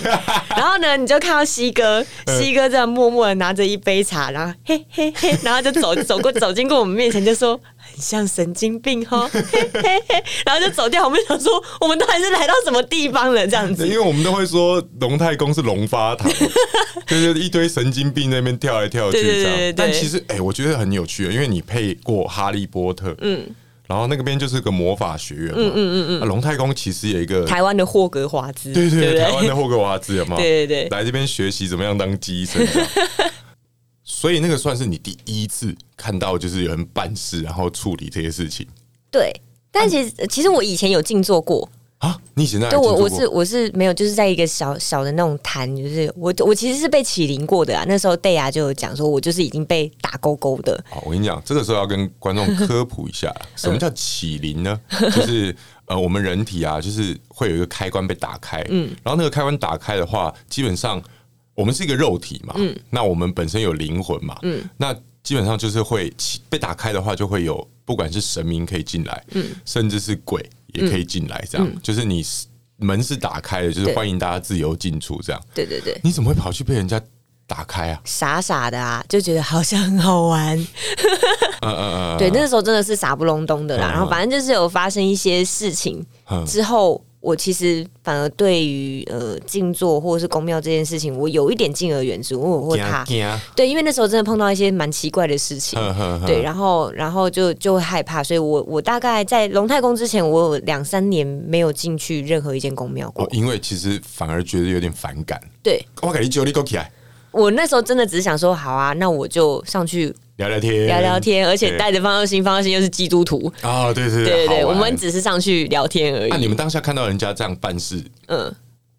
Speaker 3: 然后呢，你就看到西哥，
Speaker 4: 嗯
Speaker 3: 西哥这样默默的拿着一杯茶，然后嘿嘿嘿，然后就 走走过走经过我们面前，就说很像神经病 哦，嘿嘿嘿，然后就走掉。我们想说，我们到底是来到什么地方了？这样
Speaker 4: 因
Speaker 3: 子，
Speaker 4: 为我们都会说龙太公是龙发 堂，就是一堆神经病在那边跳来跳去
Speaker 3: 对对对
Speaker 4: 这
Speaker 3: 对
Speaker 4: 样
Speaker 3: 对。
Speaker 4: 但其实，哎，我觉得很有趣，因为你配过哈利波特，嗯，然后那个边就是个魔法学院嘛，嗯嗯嗯龙太公其实有一个
Speaker 3: 台湾的霍格华兹，
Speaker 4: 对对
Speaker 3: 对
Speaker 4: 对，台
Speaker 3: 不
Speaker 4: 湾
Speaker 3: 对？
Speaker 4: 的霍格华兹有没有？
Speaker 3: 对对对
Speaker 4: 来这边学习怎么样当鸡医 生这样。所以那个算是你第一次看到，就是有人办事，然后处理这些事情
Speaker 3: 对。但其实，其实我以前有静坐过，
Speaker 4: 啊。你以前在哪
Speaker 3: 对
Speaker 4: 里
Speaker 3: 我
Speaker 4: 工
Speaker 3: 我
Speaker 4: 作
Speaker 3: 呃是我是没有，就是在一个小小的那种坛，就是我我其实是被起灵过的啊。那时候戴亚就有讲说，我就是已经被打勾勾的，
Speaker 4: 好，哦我跟你讲，这个时候要跟观众科普一 下，什么叫起灵呢？就是呃，我们人体啊，就是会有一个开关被打开，嗯，然后那个开关打开的话，基本上我们是一个肉体嘛，嗯，那我们本身有灵魂嘛，嗯，那基本上就是会起被打开的话，就会有不管是神明可以进来，嗯，甚至是鬼
Speaker 3: 嗯
Speaker 4: 也可以进来，这样、就是你是门是打开的，就是
Speaker 3: 对
Speaker 4: 欢迎大家自由进出这样。
Speaker 3: 对对对，
Speaker 4: 你怎么会跑去被人家打开啊？
Speaker 3: 傻傻的啊，就觉得好像很好玩。
Speaker 4: 嗯嗯嗯，
Speaker 3: 对，那时候真的是傻不隆咚的啦。
Speaker 4: 嗯
Speaker 3: 然后反正就是有发生一些事情
Speaker 4: 嗯
Speaker 3: 之后。我其实反而对于呃静坐或者是宫庙这件事情，我有一点敬而远之，因为我会怕。
Speaker 4: 怕，
Speaker 3: 对，因为那时候真的碰到一些蛮奇怪的事情，
Speaker 4: 嗯嗯
Speaker 3: 对，然后然后就就会害怕，所以我我大概在龙太宫之前，我有两三年没有进去任何一间宫庙过。
Speaker 4: 哦，因为其实反而觉得有点反感。
Speaker 3: 对
Speaker 4: 我给你酒力勾起来
Speaker 3: 我那时候真的只是想说，好啊，那我就上去
Speaker 4: 聊聊天，
Speaker 3: 聊聊天，而且
Speaker 4: 对
Speaker 3: 带着方佑兴，方佑兴又是基督徒，
Speaker 4: 啊，对对
Speaker 3: 对对对，
Speaker 4: 好
Speaker 3: 我
Speaker 4: 玩
Speaker 3: 们只是上去聊天而已。
Speaker 4: 那你们当下看到人家这样办事，
Speaker 3: 嗯，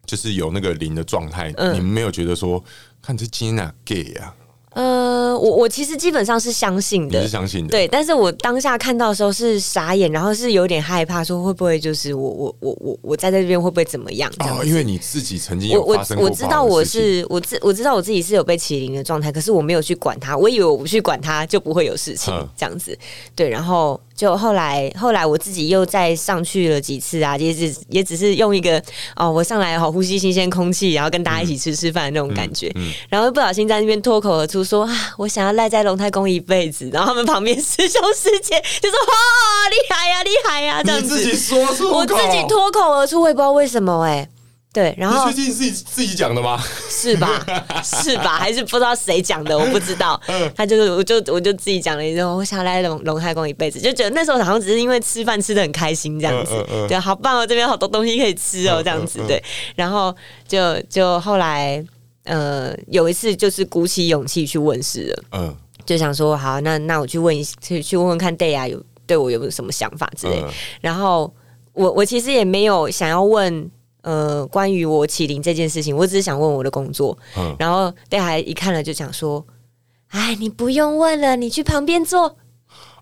Speaker 4: 就是有那个灵的状态，
Speaker 3: 嗯
Speaker 4: 你们没有觉得说，看这今天啊 gay 啊，
Speaker 3: 呃，我我其实基本上是相信
Speaker 4: 你
Speaker 3: 的
Speaker 4: 是。相信的？
Speaker 3: 对，但是我当下看到的时候是傻眼，然后是有点害怕，说会不会就是我我我我我在这边会不会怎么样？这样
Speaker 4: 哦，因为你自己曾经
Speaker 3: 我
Speaker 4: 有
Speaker 3: 我
Speaker 4: 发生过
Speaker 3: 我知道我
Speaker 4: 不好的事情
Speaker 3: 是我知我知道我自己是有被欺凌的状态，可是我没有去管它，我以为我不去管它就不会有事情
Speaker 4: 嗯
Speaker 3: 这样子。对，然后就后来后来我自己又再上去了几次啊，也只也只是用一个哦，我上来好呼吸新鲜空气，然后跟大
Speaker 4: 嗯
Speaker 3: 家一起吃吃饭的那种感觉，然后不小心在那边脱口而出说啊，我想要赖在龙太公一辈子，然后他们旁边 师兄师姐就说哇、厉害呀、厉害呀、这样
Speaker 4: 你自己
Speaker 3: 子，
Speaker 4: 说出口，
Speaker 3: 我自己脱口而出，我也不知道为什么哎、对，然后
Speaker 4: 你最近自己自己讲的吗？
Speaker 3: 是吧？是 吧？还是不知道谁讲的？我不知道。
Speaker 4: 嗯
Speaker 3: 他就是，我就我就自己讲了一句，我想来龙龙太公一辈子，就觉得那时候好像只是因为吃饭吃的很开心这样子
Speaker 4: 嗯，嗯嗯
Speaker 3: 对，好棒哦，这边有好多东西可以吃哦，
Speaker 4: 嗯
Speaker 3: 这样子
Speaker 4: 嗯嗯
Speaker 3: 对。然后就就后来。呃，有一次就是鼓起勇气去问世了，
Speaker 4: 嗯，
Speaker 3: 就想说好，那那我去问一去去问问看 Day 啊，有对我有没有什么想法之类的
Speaker 4: 嗯
Speaker 3: 然后我我其实也没有想要问呃关于我起灵这件事情，我只是想问我的工作。
Speaker 4: 嗯
Speaker 3: 然后戴海一看了就讲说：“哎，你不用问了，你去旁边 坐。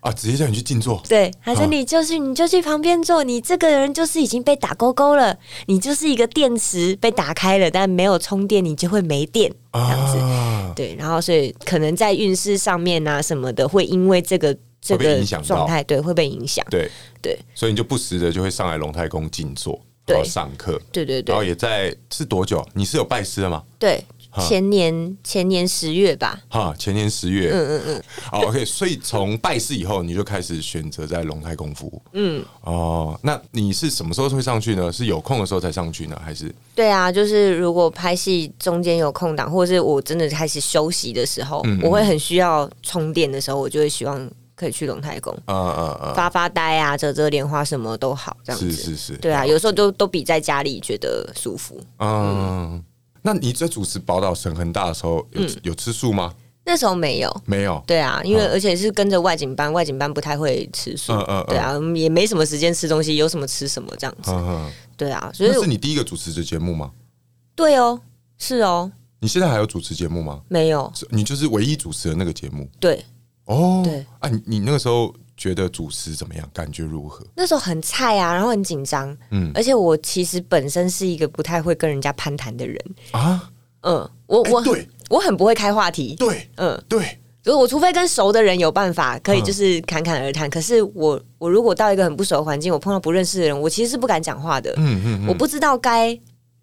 Speaker 4: 啊，直接叫你去静坐”，
Speaker 3: 对，他说：“
Speaker 4: 啊
Speaker 3: 你就去，你就去旁边坐。你这个人就是已经被打勾勾了，你就是一个电池被打开了，但没有充电，你就会没电。”这样子，
Speaker 4: 啊，
Speaker 3: 对，然后所以可能在运势上面啊什么的，会因为这个这
Speaker 4: 会被
Speaker 3: 个
Speaker 4: 影响到
Speaker 3: 状态，对，会被影响。
Speaker 4: 对
Speaker 3: 对，
Speaker 4: 所以你就不时的就会上来龙太宫静坐，
Speaker 3: 对
Speaker 4: 然后上课，
Speaker 3: 对对
Speaker 4: 然后啊
Speaker 3: 对
Speaker 4: 也在是多久？你是有拜师的吗？
Speaker 3: 对，前年前年十月吧，
Speaker 4: 哈，前年十月，嗯嗯嗯，好，OK，所以从拜师以后，你就开始选择在龙泰功夫，嗯，哦，那你是什么时候会上去呢？是有空的时候才上去呢，还是
Speaker 3: 对啊，就是如果拍戏中间有空档，或者是我真的开始休息的时候，
Speaker 4: 嗯嗯
Speaker 3: 我会很需要充电的时候，我就会希望可以去龙太宫、
Speaker 4: 啊啊
Speaker 3: 发发呆啊、折折莲花什么都好，这
Speaker 4: 啊，
Speaker 3: 样子。
Speaker 4: 是是是，
Speaker 3: 对啊，有时候都都比在家里觉得舒服。
Speaker 4: 嗯，那你在主持宝岛神很大的时候，有
Speaker 3: 嗯
Speaker 4: 有吃素吗？
Speaker 3: 那时候没有，
Speaker 4: 没有，
Speaker 3: 对啊，因为
Speaker 4: 嗯
Speaker 3: 而且是跟着外景班，外景班不太会吃素，
Speaker 4: 嗯嗯嗯
Speaker 3: 对啊，嗯也没什么时间吃东西，有什么吃什么这样子，
Speaker 4: 嗯嗯，
Speaker 3: 对啊，所以
Speaker 4: 那
Speaker 3: 我
Speaker 4: 是你第一个主持的节目吗？
Speaker 3: 对哦，是哦，
Speaker 4: 你现在还有主持节目吗？
Speaker 3: 没有，
Speaker 4: 是你就是唯一主持的那个节目
Speaker 3: 对，
Speaker 4: 哦。
Speaker 3: 对
Speaker 4: 啊，你你那个时候觉得主持怎么样？感觉如何？
Speaker 3: 那时候很菜啊，然后很紧张，
Speaker 4: 嗯
Speaker 3: 而且我其实本身是一个不太会跟人家攀谈的人，
Speaker 4: 啊，
Speaker 3: 嗯，我
Speaker 4: 哎
Speaker 3: 我、
Speaker 4: 对
Speaker 3: 我很不会开话题，
Speaker 4: 对
Speaker 3: 嗯，
Speaker 4: 对，
Speaker 3: 就是我除非跟熟的人有办法可以
Speaker 4: 嗯
Speaker 3: 就是侃侃而谈，可是我我如果到一个很不熟的环境，我碰到不认识的人，我其实是不敢讲话的，
Speaker 4: 嗯嗯嗯
Speaker 3: 我不知道该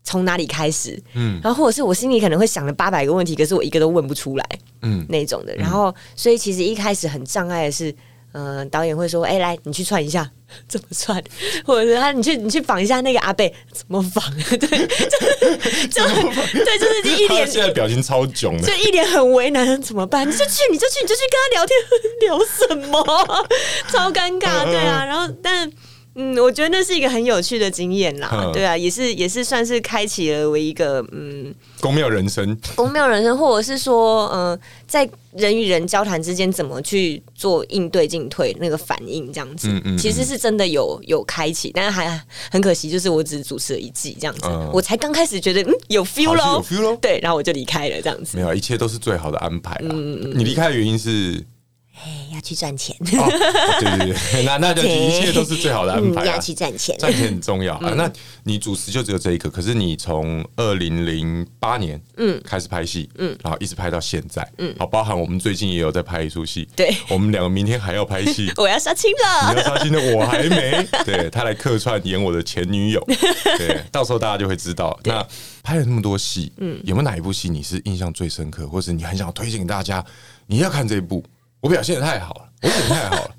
Speaker 3: 从哪里开始，
Speaker 4: 嗯
Speaker 3: 然后或者是我心里可能会想了八百个问题，可是我一个都问不出来
Speaker 4: 嗯，
Speaker 3: 那种的。然后，所以其实一开始很障碍的是，嗯、导演会说：“哎、来，你去串一下， 怎么串？” 或者是啊他，你去你去仿一下那个阿贝，怎么仿？ 对，就就对，就是一
Speaker 4: 他
Speaker 3: 脸
Speaker 4: 现在表情超囧的
Speaker 3: 就，一脸很为难，怎么办？你就去，你就去，你就去跟他聊天， 聊什么？超尴
Speaker 4: 嗯
Speaker 3: 尬，对啊。然后，但嗯，我觉得那是一个很有趣的经验啦
Speaker 4: 嗯，
Speaker 3: 对啊，也是也是算是开启了我一个嗯
Speaker 4: 宫庙人生，
Speaker 3: 宫庙人生，或者是说嗯、呃在人与人交谈之间怎么去做应对进退那个反应这样子，
Speaker 4: 嗯嗯嗯
Speaker 3: 其实是真的有有开启，但是还很可惜，就是我只主持了一季这样子，
Speaker 4: 嗯
Speaker 3: 我才刚开始觉得嗯有 feel
Speaker 4: 好
Speaker 3: 咯，
Speaker 4: 是有 feel 咯
Speaker 3: 对，然后我就离开了这样子
Speaker 4: 没。有，啊一切都是最好的安排
Speaker 3: 嗯
Speaker 4: 啦。你离开的原因是，
Speaker 3: 哎要去赚钱，
Speaker 4: 哦对对对，那那就一切都是最好的安排
Speaker 3: 嗯，
Speaker 4: 啦
Speaker 3: 要。去嗯赚钱。
Speaker 4: 赚钱很重要啊！那你主持就只有这一个，可是你从二零零八年嗯开始拍戏嗯，然后一直拍到现在嗯，好，包含我们最近也有在拍一出戏，
Speaker 3: 对
Speaker 4: 我们两个明天还要拍
Speaker 3: ，
Speaker 4: 戏
Speaker 3: 我要杀青了
Speaker 4: 你，要伤心的我还没，对他来客串演我的前女友，对，到时候大家就会知道。那拍了那么多戏，嗯，有没有哪一部戏你是印象最深刻，或是你很想推荐给大家？你要看这一部，我表现的太好了，我演得太好 了，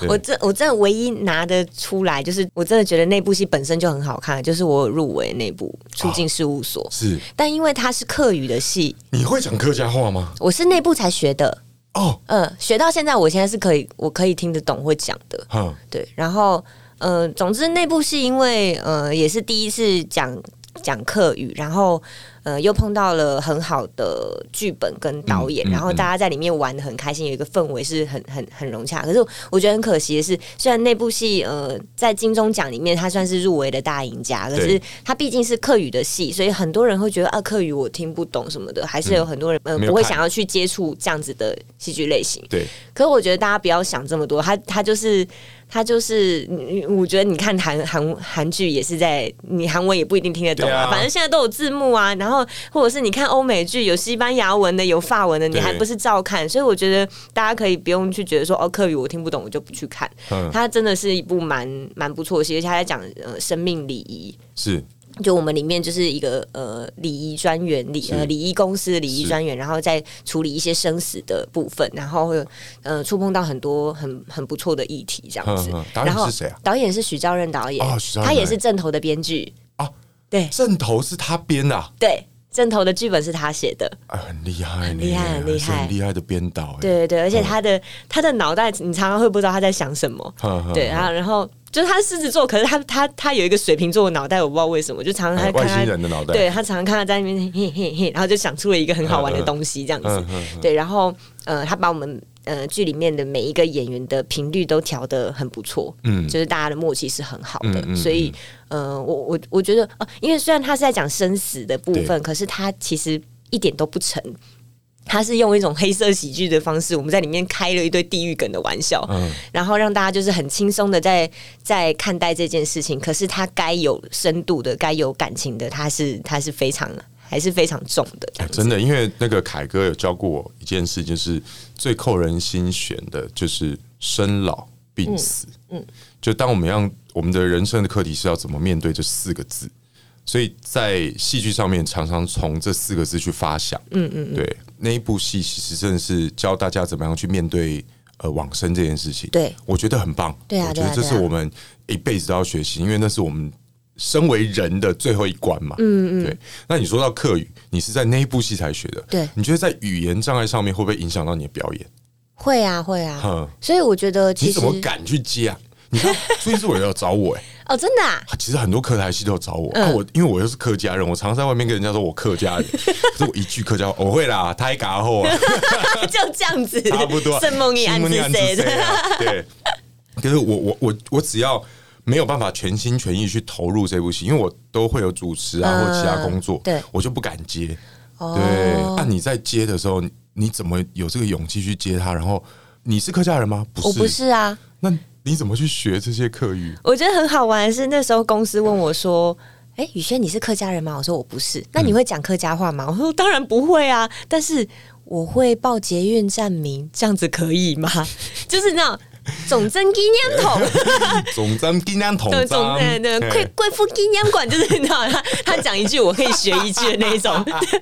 Speaker 4: 对
Speaker 3: 我这我真的唯一拿得出来，就是我真的觉得那部戏本身就很好看，就是我有入围那部《出境事务所》
Speaker 4: 是
Speaker 3: 但因为它是客语的戏，
Speaker 4: 你会讲客家话吗？
Speaker 3: 我是那部才学的，
Speaker 4: 哦，
Speaker 3: 嗯，学到现在，我现在是可以，我可以听得懂会讲的，
Speaker 4: 哼，
Speaker 3: 对。然后，呃，总之那部戏因为呃也是第一次讲讲客语，然后呃又碰到了很好的剧本跟导演，
Speaker 4: 嗯嗯
Speaker 3: 然后大家在里面玩的很开心，有一个氛围是很很很融洽。可是我觉得很可惜的是，虽然那部戏呃在金钟奖里面它算是入围的大赢家，可是
Speaker 4: 对
Speaker 3: 它毕竟是客语的戏，所以很多人会觉得啊客语我听不懂什么的，还是有很多人、呃
Speaker 4: 嗯没有
Speaker 3: 不会
Speaker 4: 看
Speaker 3: 想要去接触这样子的戏剧类型。
Speaker 4: 对，
Speaker 3: 可我觉得大家不要想这么多，他他就是他就是，你我觉得你看韩韩韩剧也是在，你韩文也不一定听得懂
Speaker 4: 对
Speaker 3: 啊，
Speaker 4: 啊
Speaker 3: 反正现在都有字幕啊，然后或者是你看欧美剧有西班牙文的，有法文的，你
Speaker 4: 对
Speaker 3: 还不是照看？所以我觉得大家可以不用去觉得说哦，课语我听不懂，我就不去看。
Speaker 4: 嗯，
Speaker 3: 它真的是一部蛮蛮不错的戏，而且它在讲呃生命礼仪，
Speaker 4: 是
Speaker 3: 就我们里面就是一个呃礼仪专员礼
Speaker 4: 是
Speaker 3: 呃礼仪公司的礼仪
Speaker 4: 是
Speaker 3: 专员，然后再处理一些生死的部分，然后会有呃触碰到很多很很不错的议题这样子。
Speaker 4: 嗯嗯导演
Speaker 3: 然后
Speaker 4: 是谁啊
Speaker 3: 导演是许兆任导演，
Speaker 4: 哦许兆任
Speaker 3: 他也
Speaker 4: 导
Speaker 3: 是
Speaker 4: 演
Speaker 3: 正头的编剧，
Speaker 4: 啊，
Speaker 3: 对
Speaker 4: 正头是他编的啊，
Speaker 3: 对，正头的剧本是他写的，
Speaker 4: 啊很厉害呢，
Speaker 3: 很厉害很厉害
Speaker 4: 是很厉害的编导欸，
Speaker 3: 对对对，而且他的、他的脑袋，你常常会不知道他在想什么，
Speaker 4: 哼，哼
Speaker 3: 对，
Speaker 4: 哼
Speaker 3: 然后然后就是他是狮子座，可是他他他有一个水瓶座的脑袋，我不知道为什么，就常常
Speaker 4: 哎
Speaker 3: 他
Speaker 4: 外
Speaker 3: 看
Speaker 4: 星
Speaker 3: 他
Speaker 4: 人的脑袋，
Speaker 3: 对他常常看他在那边嘿嘿嘿，然后就想出了一个很好玩的东西这样子。
Speaker 4: 嗯嗯嗯
Speaker 3: 对，然后呃，他把我们呃剧里面的每一个演员的频率都调得很不错，
Speaker 4: 嗯
Speaker 3: 就是大家的默契是很好的，
Speaker 4: 嗯嗯
Speaker 3: 所以呃，我我我觉得呃，因为虽然他是在讲生死的部
Speaker 4: 对
Speaker 3: 分，可是他其实一点都不沉。他是用一种黑色喜剧的方式，我们在里面开了一堆地狱梗的玩笑，
Speaker 4: 嗯
Speaker 3: 然后让大家就是很轻松的在在看待这件事情，可是它该有深度的、该有感情的，它是它是非常还是非常重的这
Speaker 4: 哎
Speaker 3: 样子。
Speaker 4: 真的，因为那个凯哥有教过我一件事，就是最扣人心弦的，就是生老
Speaker 3: 嗯
Speaker 4: 病死。嗯，就当我们要我们的人生的课题是要怎么面对这四个字，所以在戏剧上面常常从这四个字去发想。嗯嗯对，那一部戏其实真的是教大家怎么样去面对呃往生这件事情。
Speaker 3: 对
Speaker 4: 我觉得很棒。
Speaker 3: 对啊
Speaker 4: 我觉得
Speaker 3: 对啊
Speaker 4: 这是
Speaker 3: 对啊
Speaker 4: 我们一辈子都要学习，因为那是我们身为人的最后一关嘛。嗯嗯。对，那你说到客语，你是在那一部戏才学的。
Speaker 3: 对
Speaker 4: 你觉得在语言障碍上面会不会影响到你的表演？
Speaker 3: 会啊会
Speaker 4: 嗯
Speaker 3: 啊，所以我觉得
Speaker 4: 你
Speaker 3: 其实
Speaker 4: 怎么敢去接啊？你知道最近是我要找我哎、
Speaker 3: 哦，真的啊，
Speaker 4: 啊其实很多客台戏都有找我，
Speaker 3: 嗯
Speaker 4: 啊、我因为我又是客家人，我常常在外面跟人家说我客家人， 可是我一句客家话我会啦，太嘎后啊，
Speaker 3: 就这样子，
Speaker 4: 差不多啊，
Speaker 3: 圣梦一安
Speaker 4: 新
Speaker 3: 之
Speaker 4: 梦一
Speaker 3: 谁
Speaker 4: 之
Speaker 3: 的？
Speaker 4: 谁啊对，可是我我我我只要没有办法全心全意去投入这部戏，因为我都会有主持啊、
Speaker 3: 嗯
Speaker 4: 或其他工作，
Speaker 3: 对
Speaker 4: 我就不敢接。
Speaker 3: 哦
Speaker 4: 对，那、你在接的时候，你你怎么有这个勇气去接他？然后你是客家人吗？不是，
Speaker 3: 我不是啊，
Speaker 4: 那你怎么去学这些客 语？
Speaker 3: 我觉得很好玩的是那时候公司问我说。哎，宇轩，你是客家人吗？我说我不
Speaker 4: 嗯
Speaker 3: 是。那你会讲客家话吗？我说哦当然不会啊，但是我会报捷运站名，这样子可以吗？ 就是那种总针纪念筒，
Speaker 4: 总章、金安同
Speaker 3: 对啊总
Speaker 4: 章，
Speaker 3: 对对
Speaker 4: 嘿
Speaker 3: 贵贵妇纪念馆，就是 你知道他他讲一句，我可以学一句的那 一种，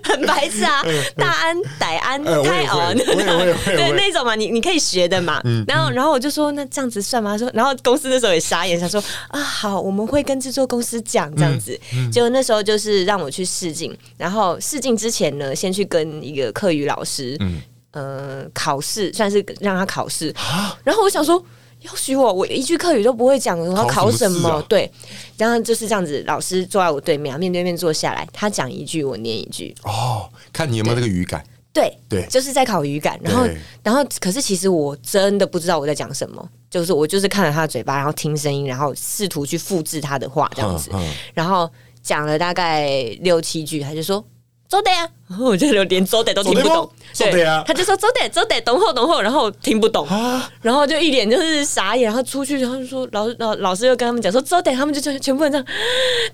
Speaker 3: 很白痴啊！大安、歹安、
Speaker 4: 嗯哎我也
Speaker 3: 泰安，
Speaker 4: 会我也会我也会嗯
Speaker 3: 对
Speaker 4: 我也
Speaker 3: 那种嘛，啊你你可以学的嘛。然后然后我就说那这样子算吗？他说然后公司那时候也傻眼，想说啊好，我们会跟制作公司讲这样子。
Speaker 4: 嗯
Speaker 3: 结果那时候就是让我去试镜，然后试镜之前呢，先去跟一个课语老师，
Speaker 4: 嗯
Speaker 3: 呃，考试算是让他考试。
Speaker 4: 啊
Speaker 3: 然后我想说。要许我，我一句客语都不会讲，我要
Speaker 4: 考
Speaker 3: 考
Speaker 4: 什
Speaker 3: 什
Speaker 4: 么
Speaker 3: 么？
Speaker 4: 试啊
Speaker 3: 对，然后就是这样子，老师坐在我对面啊，面对面坐下来，他讲一句，我念一句，
Speaker 4: 哦，看你有没有这个语感。
Speaker 3: 对
Speaker 4: 对
Speaker 3: 就是在考语感。然后
Speaker 4: 对，
Speaker 3: 然后，可是其实我真的不知道我在讲什么，就是我就是看着他的嘴巴，然后听声音，然后试图去复制他的话这样子，
Speaker 4: 嗯嗯
Speaker 3: 然后讲了大概六七句，他就说。周得呀，然 后我就有连周得都听不懂，
Speaker 4: 走得吗走得啊呀
Speaker 3: 他就说周得周得懂后懂后，然后听不懂，
Speaker 4: 啊，
Speaker 3: 然后就一脸就是傻眼，然后出去，然后就说老老老师又跟他们讲说，周得，他们就全全部人这样，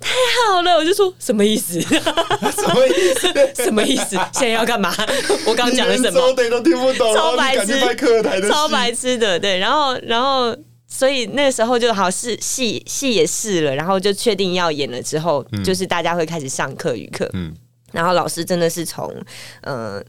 Speaker 3: 太好了，我就说什么意思？
Speaker 4: 什么意思？
Speaker 3: 什么意思？现在要干嘛？我刚刚讲了什么？
Speaker 4: 对都听不懂，然后
Speaker 3: 超
Speaker 4: 你
Speaker 3: 白
Speaker 4: 敢去
Speaker 3: 痴
Speaker 4: 拍客台的戏，
Speaker 3: 超白痴的，对。然后，然后，所以那个时候就好试戏戏也试了，然后就确定要演了之后，就是大家会开始上课语课，
Speaker 4: 嗯
Speaker 3: 嗯。然后老师真的是从呃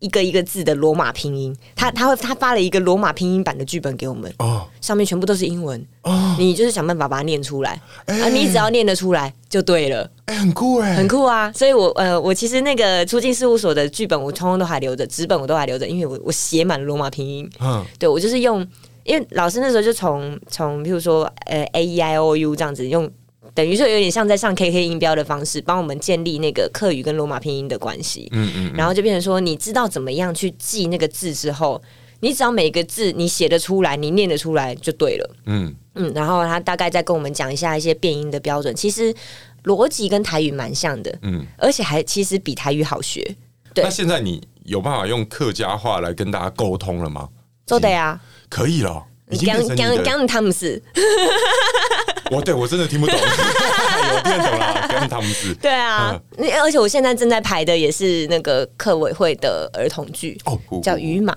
Speaker 3: 一个一个字的罗马拼音，他他会他发了一个罗马拼音版的剧本给我们，
Speaker 4: 哦
Speaker 3: 上面全部都是英文，
Speaker 4: 哦，
Speaker 3: 你就是想办法把它念出来、
Speaker 4: 哎
Speaker 3: 啊！你只要念得出来就对了，
Speaker 4: 哎，很酷哎，
Speaker 3: 很酷啊！所以我呃，我其实那个出境事务所的剧本我通通都还留着，纸本我都还留着，因为我我写满罗马拼音，
Speaker 4: 嗯，
Speaker 3: 对我就是用，因为老师那时候就从从譬如说呃 A E I O U 这样子用。等于说有点像在上 KK 音标的方式，帮我们建立那个课语跟罗马拼音的关系。嗯嗯然后就变成说，你知道怎么样去记那个字之后，你只要每个字你写得出来，你念得出来就对了。
Speaker 4: 嗯，
Speaker 3: 嗯，然后他大概再跟我们讲一下一些变音的标准，其实逻辑跟台语蛮像的，
Speaker 4: 嗯
Speaker 3: 嗯，而且还其实比台语好学。对
Speaker 4: 那现在你有办法用客家话来跟大家沟通了吗？
Speaker 3: 做的呀，
Speaker 4: 可以了，已经变
Speaker 3: 啊刚
Speaker 4: 成你
Speaker 3: 刚
Speaker 4: 的。
Speaker 3: 刚他们是，
Speaker 4: 我对我真的听不懂， 我听得懂啦，跟他们是。
Speaker 3: 对啊，
Speaker 4: 嗯
Speaker 3: 那而且我现在正在排的也是那个客委会的儿童剧，
Speaker 4: 哦，
Speaker 3: 叫鱼马，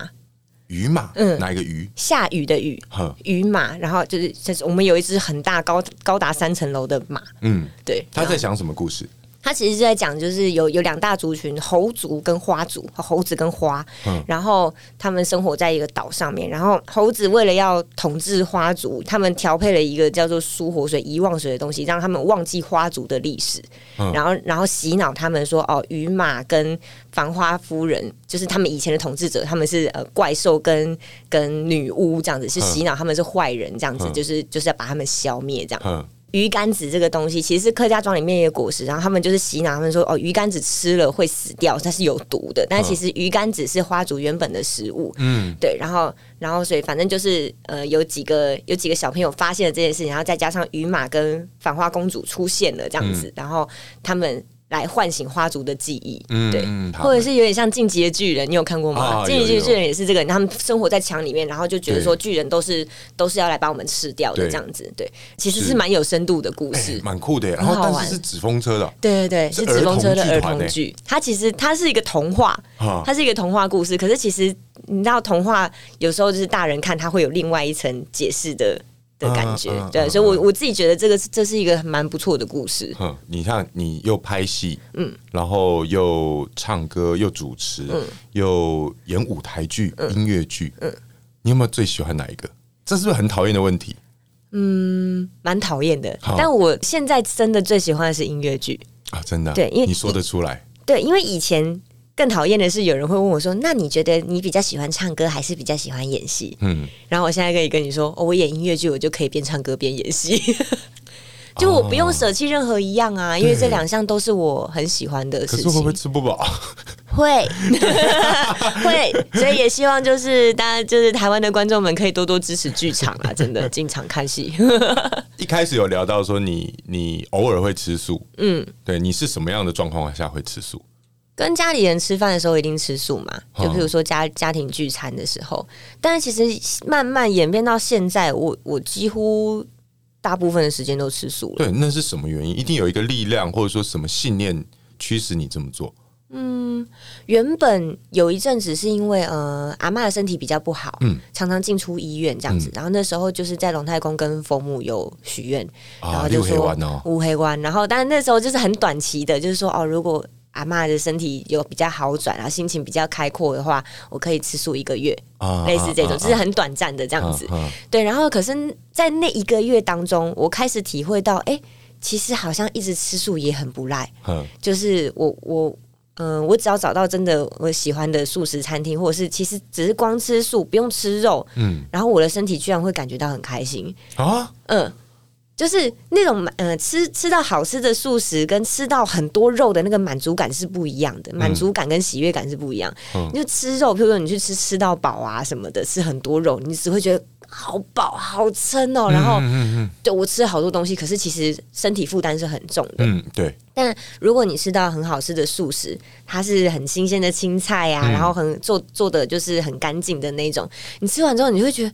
Speaker 4: 鱼嘛，
Speaker 3: 嗯
Speaker 4: 哪一个鱼？
Speaker 3: 下雨的雨，
Speaker 4: 呵，
Speaker 3: 鱼马，然后就是就是我们有一只很大高高达三层楼的马，
Speaker 4: 嗯，
Speaker 3: 对，
Speaker 4: 他在讲什么故事？
Speaker 3: 他其实是在讲，就是有有两大族群，猴族跟花族，猴子跟花，
Speaker 4: 嗯
Speaker 3: 然后他们生活在一个岛上面，然后猴子为了要统治花族，他们调配了一个叫做苏活水、遗忘水的东西，让他们忘记花族的历史，
Speaker 4: 嗯
Speaker 3: 然后然后洗脑他们说，哦，鱼马跟繁花夫人就是他们以前的统治者，他们是呃怪兽跟跟女巫这样子，是洗脑他们是坏人这样子，
Speaker 4: 嗯
Speaker 3: 就是就是要把他们消灭这样。
Speaker 4: 呵，
Speaker 3: 鱼竿子这个东西，其实是客家庄里面一个果实，然后他们就是洗脑，他们说哦，鱼竿子吃了会死掉，它是有毒的。但其嗯实鱼竿子是花族原本的食物，
Speaker 4: 嗯，
Speaker 3: 对。然后，然后所以反正就是呃，有几个有几个小朋友发现了这件事情，然后再加上鱼马跟繁花公主出现了这样子，然后他们来唤醒花族的记忆，
Speaker 4: 嗯，
Speaker 3: 对。
Speaker 4: 嗯
Speaker 3: 或者是有点像《进击的巨人》，你有看过吗？
Speaker 4: 啊
Speaker 3: 进击
Speaker 4: 有
Speaker 3: 的
Speaker 4: 有
Speaker 3: 巨人》也是这个，他们生活在墙里面，然后就觉得说
Speaker 4: 对
Speaker 3: 巨人都是都是要来把我们吃掉的
Speaker 4: 对
Speaker 3: 这样子。对，其实
Speaker 4: 是
Speaker 3: 是蛮有深度的故事。
Speaker 4: 哎蛮酷的耶。然
Speaker 3: 很好
Speaker 4: 后，但
Speaker 3: 玩
Speaker 4: 是是纸风车的啊，
Speaker 3: 对对对，
Speaker 4: 是
Speaker 3: 是纸风车的
Speaker 4: 儿
Speaker 3: 儿
Speaker 4: 童
Speaker 3: 童
Speaker 4: 剧哎
Speaker 3: 剧。它其实它是一个童话
Speaker 4: 啊，
Speaker 3: 它是一个童话故事。可是其实你知道，童话有时候就是大人看，它会有另外一层解释的的感觉。
Speaker 4: 嗯嗯嗯
Speaker 3: 对，
Speaker 4: 嗯
Speaker 3: 所以我，我自己觉得这个是这是一个蛮不错的故事。
Speaker 4: 哼，你看，你又拍戏，嗯，然后又唱歌，又主持，
Speaker 3: 嗯
Speaker 4: 又演舞台剧、音乐剧，嗯，你有没有最喜欢哪一个？这是不是很讨厌的问题？
Speaker 3: 蛮讨厌的
Speaker 4: 好，
Speaker 3: 但我现在真的最喜欢的是音乐剧。
Speaker 4: 啊，真的啊、
Speaker 3: 对因为
Speaker 4: 你说得出来，
Speaker 3: 对，因为以前更讨厌的是有人会问我说：“那你觉得你比较喜欢唱歌，还是比较喜欢演戏？”
Speaker 4: 嗯，
Speaker 3: 然后我现在可以跟你说，哦，我演音乐剧，我就可以边唱歌边演戏。 就我不
Speaker 4: 哦
Speaker 3: 用舍弃任何一样啊，因为这两项都是我很喜欢的
Speaker 4: 可
Speaker 3: 事
Speaker 4: 是会不会
Speaker 3: 情。
Speaker 4: 吃不饱？
Speaker 3: 会 会，所以也希望就是大家就是台湾的观众们可以多多支持剧场啊，真的进场看戏。
Speaker 4: 一开始有聊到说你你偶尔会吃素，嗯，对，你是什么样的状况下会吃素？
Speaker 3: 跟家里人吃饭的时候一定吃素嘛，就
Speaker 4: 嗯
Speaker 3: 譬如说家家庭聚餐的时候，但是其实慢慢演变到现在，我我几乎大部分的时间都吃素了。
Speaker 4: 对，那是什么原因？一定有一个力量或者说什么信念驱使你这么做？
Speaker 3: 原本有一阵子是因为呃阿嬷的身体比较不好，
Speaker 4: 嗯
Speaker 3: 常常进出医院这样子，然后那时候就是在龙太宫跟佛母有许愿，
Speaker 4: 啊
Speaker 3: 然后就
Speaker 4: 六黑
Speaker 3: 说
Speaker 4: 丸哦
Speaker 3: 乌黑丸，然后但那时候就是很短期的，就是说哦如果。阿嬷的身体有比较好转，然啊后心情比较开阔的话，我可以吃素一个月。
Speaker 4: 啊
Speaker 3: 类似这种，
Speaker 4: 啊
Speaker 3: 只是很短暂的这
Speaker 4: 啊
Speaker 3: 样子。
Speaker 4: 啊啊
Speaker 3: 对，然后可是，在那一个月当中，我开始体会到，哎、其实好像一直吃素也很不赖。
Speaker 4: 嗯
Speaker 3: 就是我我嗯、我只要找到真的我喜欢的素食餐厅，或者是其实只是光吃素不用吃肉，
Speaker 4: 嗯
Speaker 3: 然后我的身体居然会感觉到很开心。
Speaker 4: 啊，
Speaker 3: 嗯，就是那种满呃吃吃到好吃的素食，跟吃到很多肉的那个满足感是不一样的，满足感跟喜悦感是不一样。
Speaker 4: 嗯
Speaker 3: 你就吃肉，譬如说你去吃吃到饱啊什么的，吃很多肉，你只会觉得好饱好撑哦。然后
Speaker 4: 嗯，嗯嗯
Speaker 3: 对我吃了好多东西，可是其实身体负担是很重的。
Speaker 4: 嗯，对，
Speaker 3: 但如果你吃到很好吃的素食，它是很新鲜的青菜
Speaker 4: 嗯
Speaker 3: 啊，然后很做做的就是很干净的那种，你吃完之后，你会觉得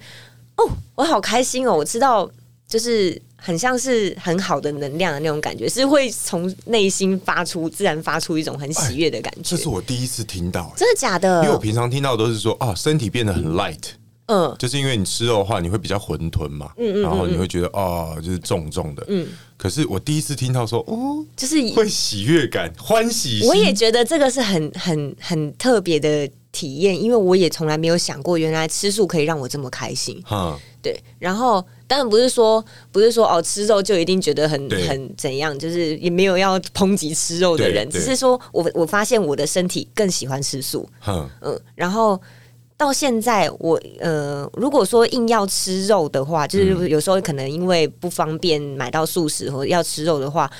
Speaker 3: 哦，我好开心哦，我吃到就是很像是很好的能量的那种感觉，是会从内心发出自然发出一种很喜悦的感觉。
Speaker 4: 啊这是我第一次听到、欸
Speaker 3: 真的假的
Speaker 4: 因为我？平常听到都是说啊，身体变得很 light，
Speaker 3: 嗯，
Speaker 4: 就是因为你吃肉的话，你会比较混沌嘛，然后你会觉得哦，就是重重的，嗯。可是我第一次听到说，哦，
Speaker 3: 就是
Speaker 4: 会喜悦感、欢喜心，
Speaker 3: 我也觉得这个是很很很特别的体验，因为我也从来没有想过，原来吃素可以让我这么开心。
Speaker 4: 哈，
Speaker 3: 对，然后当然不是说不是说哦吃肉就一定觉得很
Speaker 4: 对
Speaker 3: 很怎样，就是也没有要抨击吃肉的
Speaker 4: 对
Speaker 3: 人，
Speaker 4: 对
Speaker 3: 只是说我我发现我的身体更喜欢吃素，
Speaker 4: 哈，
Speaker 3: 嗯，然后。到现在我，呃，如果说硬要吃肉的话，
Speaker 4: 嗯
Speaker 3: 就是有时候可能因为不方便买到素食或要吃肉的话，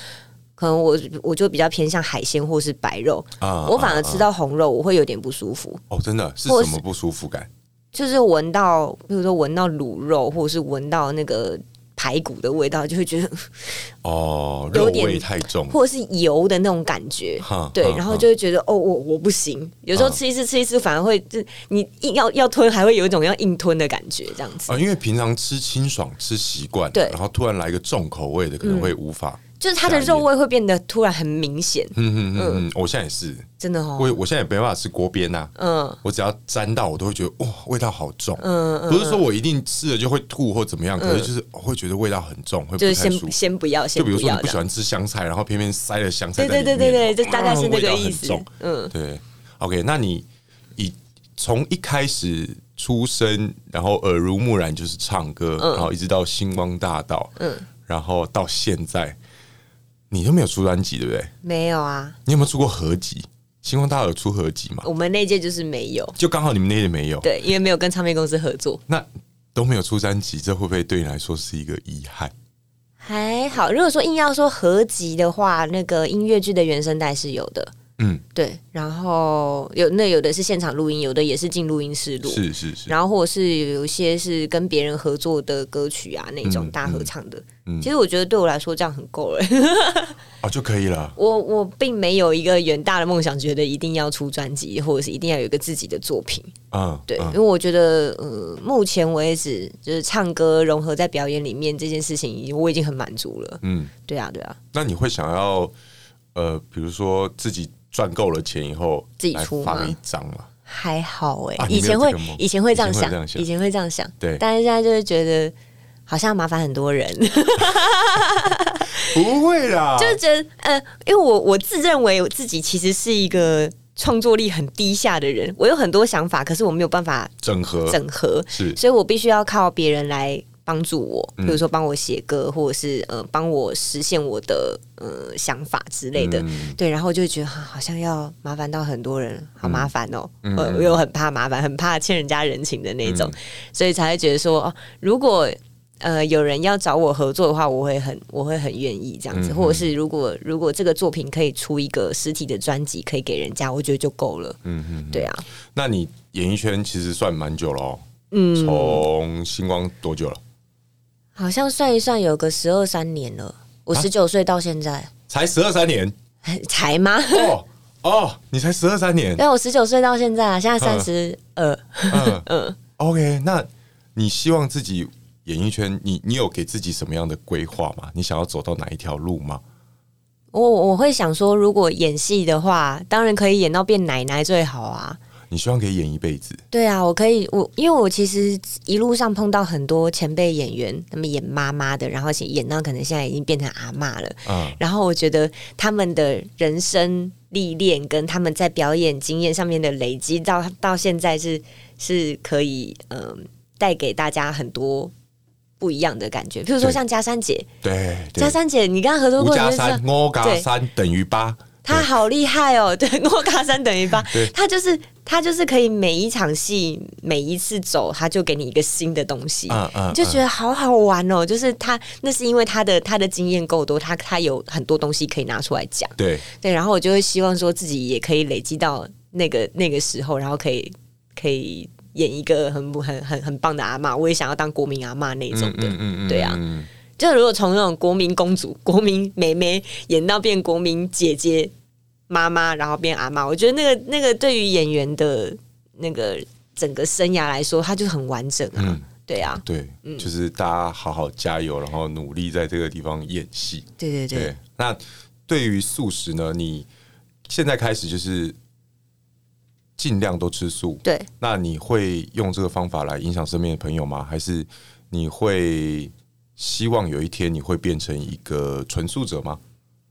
Speaker 3: 可能我我就比较偏向海鲜或是白肉。
Speaker 4: 啊
Speaker 3: 我反而
Speaker 4: 啊
Speaker 3: 吃到红肉，我会有点不舒服。
Speaker 4: 哦，真的是
Speaker 3: 或
Speaker 4: 什
Speaker 3: 是
Speaker 4: 么不舒服感？
Speaker 3: 就是闻到，比如说闻到卤肉，或者是闻到那个排骨的味道，就会觉得，
Speaker 4: 哦，肉
Speaker 3: 有点
Speaker 4: 味太重，
Speaker 3: 或者是油的那种感觉
Speaker 4: 哈，
Speaker 3: 对
Speaker 4: 哈，啊
Speaker 3: 然后
Speaker 4: 哈
Speaker 3: 就会觉得，哦，我我不行。有时候
Speaker 4: 哈
Speaker 3: 吃一次吃一次，反而会就你硬要要吞，还会有一种要硬吞的感觉，这样子。
Speaker 4: 啊，因为平常吃清爽、吃习惯，
Speaker 3: 对
Speaker 4: 然后突然来个重口味的，可能会无法。
Speaker 3: 就是它
Speaker 4: 下
Speaker 3: 的
Speaker 4: 咽
Speaker 3: 肉味会变得突然很明显，
Speaker 4: 嗯嗯嗯嗯，我现在也是，
Speaker 3: 真的哦。
Speaker 4: 我我现在也没办法吃锅边呐，
Speaker 3: 嗯，
Speaker 4: 我只要沾到，我都会觉得哇，味道好重。不是说我一定吃了就会吐或怎么样，可是就是会觉得味道很重，会不
Speaker 3: 嗯就是
Speaker 4: 太
Speaker 3: 先
Speaker 4: 舒服。
Speaker 3: 先不要，先
Speaker 4: 就比如说
Speaker 3: 要
Speaker 4: 你不
Speaker 3: 这
Speaker 4: 喜
Speaker 3: 样。
Speaker 4: 欢吃香菜，然后偏偏塞了香菜在
Speaker 3: 对对
Speaker 4: 里面，
Speaker 3: 对对对，就大概是
Speaker 4: 嗯
Speaker 3: 那
Speaker 4: 味
Speaker 3: 个
Speaker 4: 道
Speaker 3: 意
Speaker 4: 很
Speaker 3: 思
Speaker 4: 重。。
Speaker 3: 嗯，
Speaker 4: 对，OK，那你以从一开始出生，然后耳濡目染就是唱歌，
Speaker 3: 嗯
Speaker 4: 然后一直到星光大道，嗯，然后到现在，你都没有出专辑，对不对？
Speaker 3: 没有啊，
Speaker 4: 你有没有出过合集？星光大道有出合集吗？
Speaker 3: 我们那届就是没有，
Speaker 4: 就刚好你们那些没有，
Speaker 3: 对，因为没有跟唱片公司合作。
Speaker 4: 那都没有出专辑，这会不会对你来说是一个遗憾？
Speaker 3: 还好，如果说硬要说合集的话，那个音乐剧的原声带是有的，
Speaker 4: 嗯，
Speaker 3: 对。然后有那有的是现场录音，有的也是进录音室录，
Speaker 4: 是是是，
Speaker 3: 然后或者是有一些是跟别人合作的歌曲啊，那种
Speaker 4: 嗯
Speaker 3: 大合唱的。
Speaker 4: 嗯
Speaker 3: 其实我觉得对我来说这样很够了。
Speaker 4: 哦就可以了。
Speaker 3: 我我并没有一个远大的梦想，觉得一定要出专辑，或者是一定要有一个自己的作品。
Speaker 4: 嗯，
Speaker 3: 对，因
Speaker 4: 嗯
Speaker 3: 为我觉得，呃，目前为止就是唱歌融合在表演里面这件事情，已经我已经很满足了。
Speaker 4: 嗯，
Speaker 3: 对啊，对啊。
Speaker 4: 那你会想要呃，比如说自己赚够了钱以后，
Speaker 3: 自己出吗
Speaker 4: 来发一张嘛？
Speaker 3: 还好哎、
Speaker 4: 啊你没
Speaker 3: 以
Speaker 4: 有
Speaker 3: 前
Speaker 4: 这
Speaker 3: 会
Speaker 4: 个梦
Speaker 3: 以前会这样
Speaker 4: 以前会这
Speaker 3: 想
Speaker 4: 样，想
Speaker 3: 以前会这样想，
Speaker 4: 对
Speaker 3: 但是现在就会觉得好像麻烦很多人，
Speaker 4: 不会啦，
Speaker 3: 就是觉得呃，因为我我自认为我自己其实是一个创作力很低下的人，我有很多想法，可是我没有办法
Speaker 4: 整合
Speaker 3: 整合，
Speaker 4: 是
Speaker 3: 所以我必须要靠别人来帮助我，
Speaker 4: 嗯
Speaker 3: 比如说帮我写歌，或者是呃帮我实现我的呃想法之类的。
Speaker 4: 嗯
Speaker 3: 对，然后就会觉得、啊好像要麻烦到很多人，好麻烦哦、
Speaker 4: 嗯
Speaker 3: 我我又很怕麻烦，很怕欠人家人情的那种，所以才会觉得说，哦，如果呃有人要找我合作的话，我会很我会很愿意这样子，
Speaker 4: 嗯
Speaker 3: 或者是如果如果这个作品可以出一个实体的专辑，可以给人家，我觉得就够了。
Speaker 4: 嗯嗯。
Speaker 3: 对啊，
Speaker 4: 那你演艺圈其实算蛮久了哦，
Speaker 3: 嗯，
Speaker 4: 从星光多久了？
Speaker 3: 好像算一算，有个十二三年了，我
Speaker 4: 啊
Speaker 3: 十九岁到现在、
Speaker 4: 才十二三年
Speaker 3: 才吗？
Speaker 4: 哦哦，你才十二三年，
Speaker 3: 对，我十九岁到现在啊，现在
Speaker 4: 嗯
Speaker 3: 三十二，
Speaker 4: 嗯
Speaker 3: 嗯。
Speaker 4: OK，那你希望自己演艺圈，你你有给自己什么样的规划吗？你想要走到哪一条路吗？
Speaker 3: 我我会想说，如果演戏的话，当然可以演到变奶奶最好啊。
Speaker 4: 你希望可以演一辈子？
Speaker 3: 对啊，我可以，我因为我其实一路上碰到很多前辈演员，他们演妈妈的，然后演到可能现在已经变成阿嬷了。
Speaker 4: 嗯
Speaker 3: 然后我觉得他们的人生历练跟他们在表演经验上面的累积到，到现在是是可以嗯、带给大家很多不一样的感觉。譬如说
Speaker 4: 对
Speaker 3: 像嘉珊姐，
Speaker 4: 对，对
Speaker 3: 嘉珊姐，你跟她合作
Speaker 4: 五
Speaker 3: 过，你
Speaker 4: 加
Speaker 3: 就知道
Speaker 4: 三，我加
Speaker 3: 对
Speaker 4: 三等于八。
Speaker 3: 他
Speaker 4: 对
Speaker 3: 好厉害哦！ 对，诺卡三等于八
Speaker 4: 对，
Speaker 3: 他就是他就是可以每一场戏每一次走，他就给你一个新的东西，
Speaker 4: 嗯嗯
Speaker 3: 你就觉得好好玩哦。就是他那是因为他的他的经验够多，他他有很多东西可以拿出来讲。
Speaker 4: 对，
Speaker 3: 对，然后我就会希望说自己也可以累积到那个那个时候，然后可以可以演一个很不很很很棒的阿嬷，我也想要当国民阿嬷那种的。
Speaker 4: 嗯
Speaker 3: 对啊
Speaker 4: 嗯
Speaker 3: 就如果从那种国民公主、国民妹妹演到变国民姐姐、妈妈，然后变阿妈，我觉得那个那个对于演员的那个整个生涯来说，它就很完整啊。
Speaker 4: 嗯
Speaker 3: 对啊，
Speaker 4: 对，就是大家好好加油，然后努力在这个地方演戏。
Speaker 3: 对对对，
Speaker 4: 对，那对于素食呢，你现在开始就是尽量都吃素。
Speaker 3: 对
Speaker 4: 那你会用这个方法来影响身边的朋友吗？还是你会希望有一天你会变成一个纯素者吗？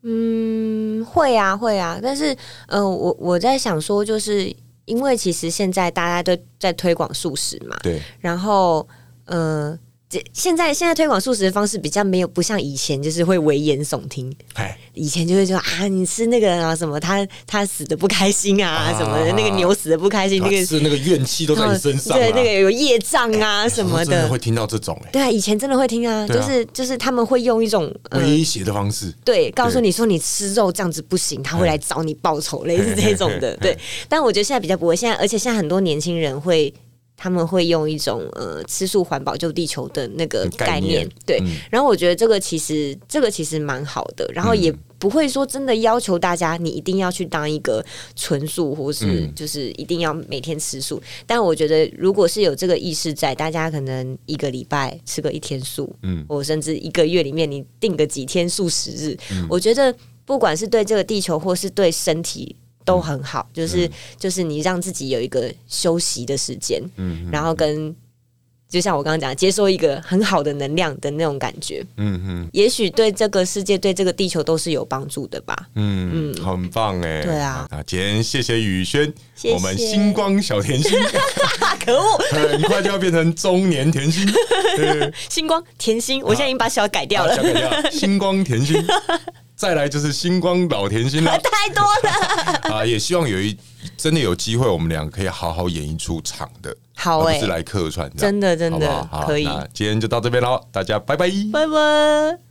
Speaker 3: 嗯，会啊会啊。但是，嗯、我我在想说，就是因为其实现在大家都在推广素食嘛，
Speaker 4: 对，
Speaker 3: 然后，呃。这现在现在推广素食的方式比较没有不像以前，就是会危言耸听，
Speaker 4: 哎，
Speaker 3: 以前就会说啊，你吃那个啊什么，他他死的不开心啊
Speaker 4: 啊
Speaker 3: 什么的，那个牛死的不开心，那个嗯哦
Speaker 4: 是那个怨气都在你身上、啊，
Speaker 3: 对那个有业障啊什么
Speaker 4: 我真的
Speaker 3: 的
Speaker 4: 会。听到这种哎、
Speaker 3: 对啊，以前真的会听啊，
Speaker 4: 对
Speaker 3: 就
Speaker 4: 啊
Speaker 3: 是就是他们会用一种呃，
Speaker 4: 威胁的方式。
Speaker 3: 对，告诉你说你吃肉这样子不行，他会来找你报仇，类似这种的。对，但我觉得现在比较不会，现在而且现在很多年轻人会。他们会用一种呃吃素环保救地球的那个
Speaker 4: 概
Speaker 3: 概念，
Speaker 4: 念
Speaker 3: 对。
Speaker 4: 嗯
Speaker 3: 然后我觉得这个其实这个其实蛮好的，然后也
Speaker 4: 嗯
Speaker 3: 不会说真的要求大家你一定要去当一个纯素，或是
Speaker 4: 嗯
Speaker 3: 就是一定要每天吃素。但我觉得如果是有这个意识在，大家可能一个礼拜吃个一天素，
Speaker 4: 嗯
Speaker 3: 我甚至一个月里面你定个几天素食日，
Speaker 4: 嗯
Speaker 3: 我觉得不管是对这个地球或是对身体都很
Speaker 4: 嗯
Speaker 3: 好，就是、就是你让自己有一个休息的时间，
Speaker 4: 嗯
Speaker 3: 然后跟就像我刚刚讲，接收一个很好的能量的那种感觉，
Speaker 4: 嗯嗯
Speaker 3: 也许对这个世界、对这个地球都是有帮助的吧。
Speaker 4: 嗯，很棒哎、
Speaker 3: 对啊
Speaker 4: 那今天谢谢宇轩，
Speaker 3: 谢谢
Speaker 4: 我们星光小甜 心
Speaker 3: 啊，可恶！
Speaker 4: 很快就要变成中年甜心，对
Speaker 3: 星光甜心，我现在已经把小改掉
Speaker 4: 啊
Speaker 3: 了，
Speaker 4: 讲给大家星光甜 心，再来就是星光老甜心啦。
Speaker 3: 太多了。
Speaker 4: 啊，也希望有一真的有机会，我们两个可以好好演一出场的，
Speaker 3: 好
Speaker 4: 而
Speaker 3: 哎、
Speaker 4: 不是来客串这样，
Speaker 3: 真的真的
Speaker 4: 好不好好
Speaker 3: 可以
Speaker 4: 那今天就到这边喽，大家拜拜。
Speaker 3: 拜拜。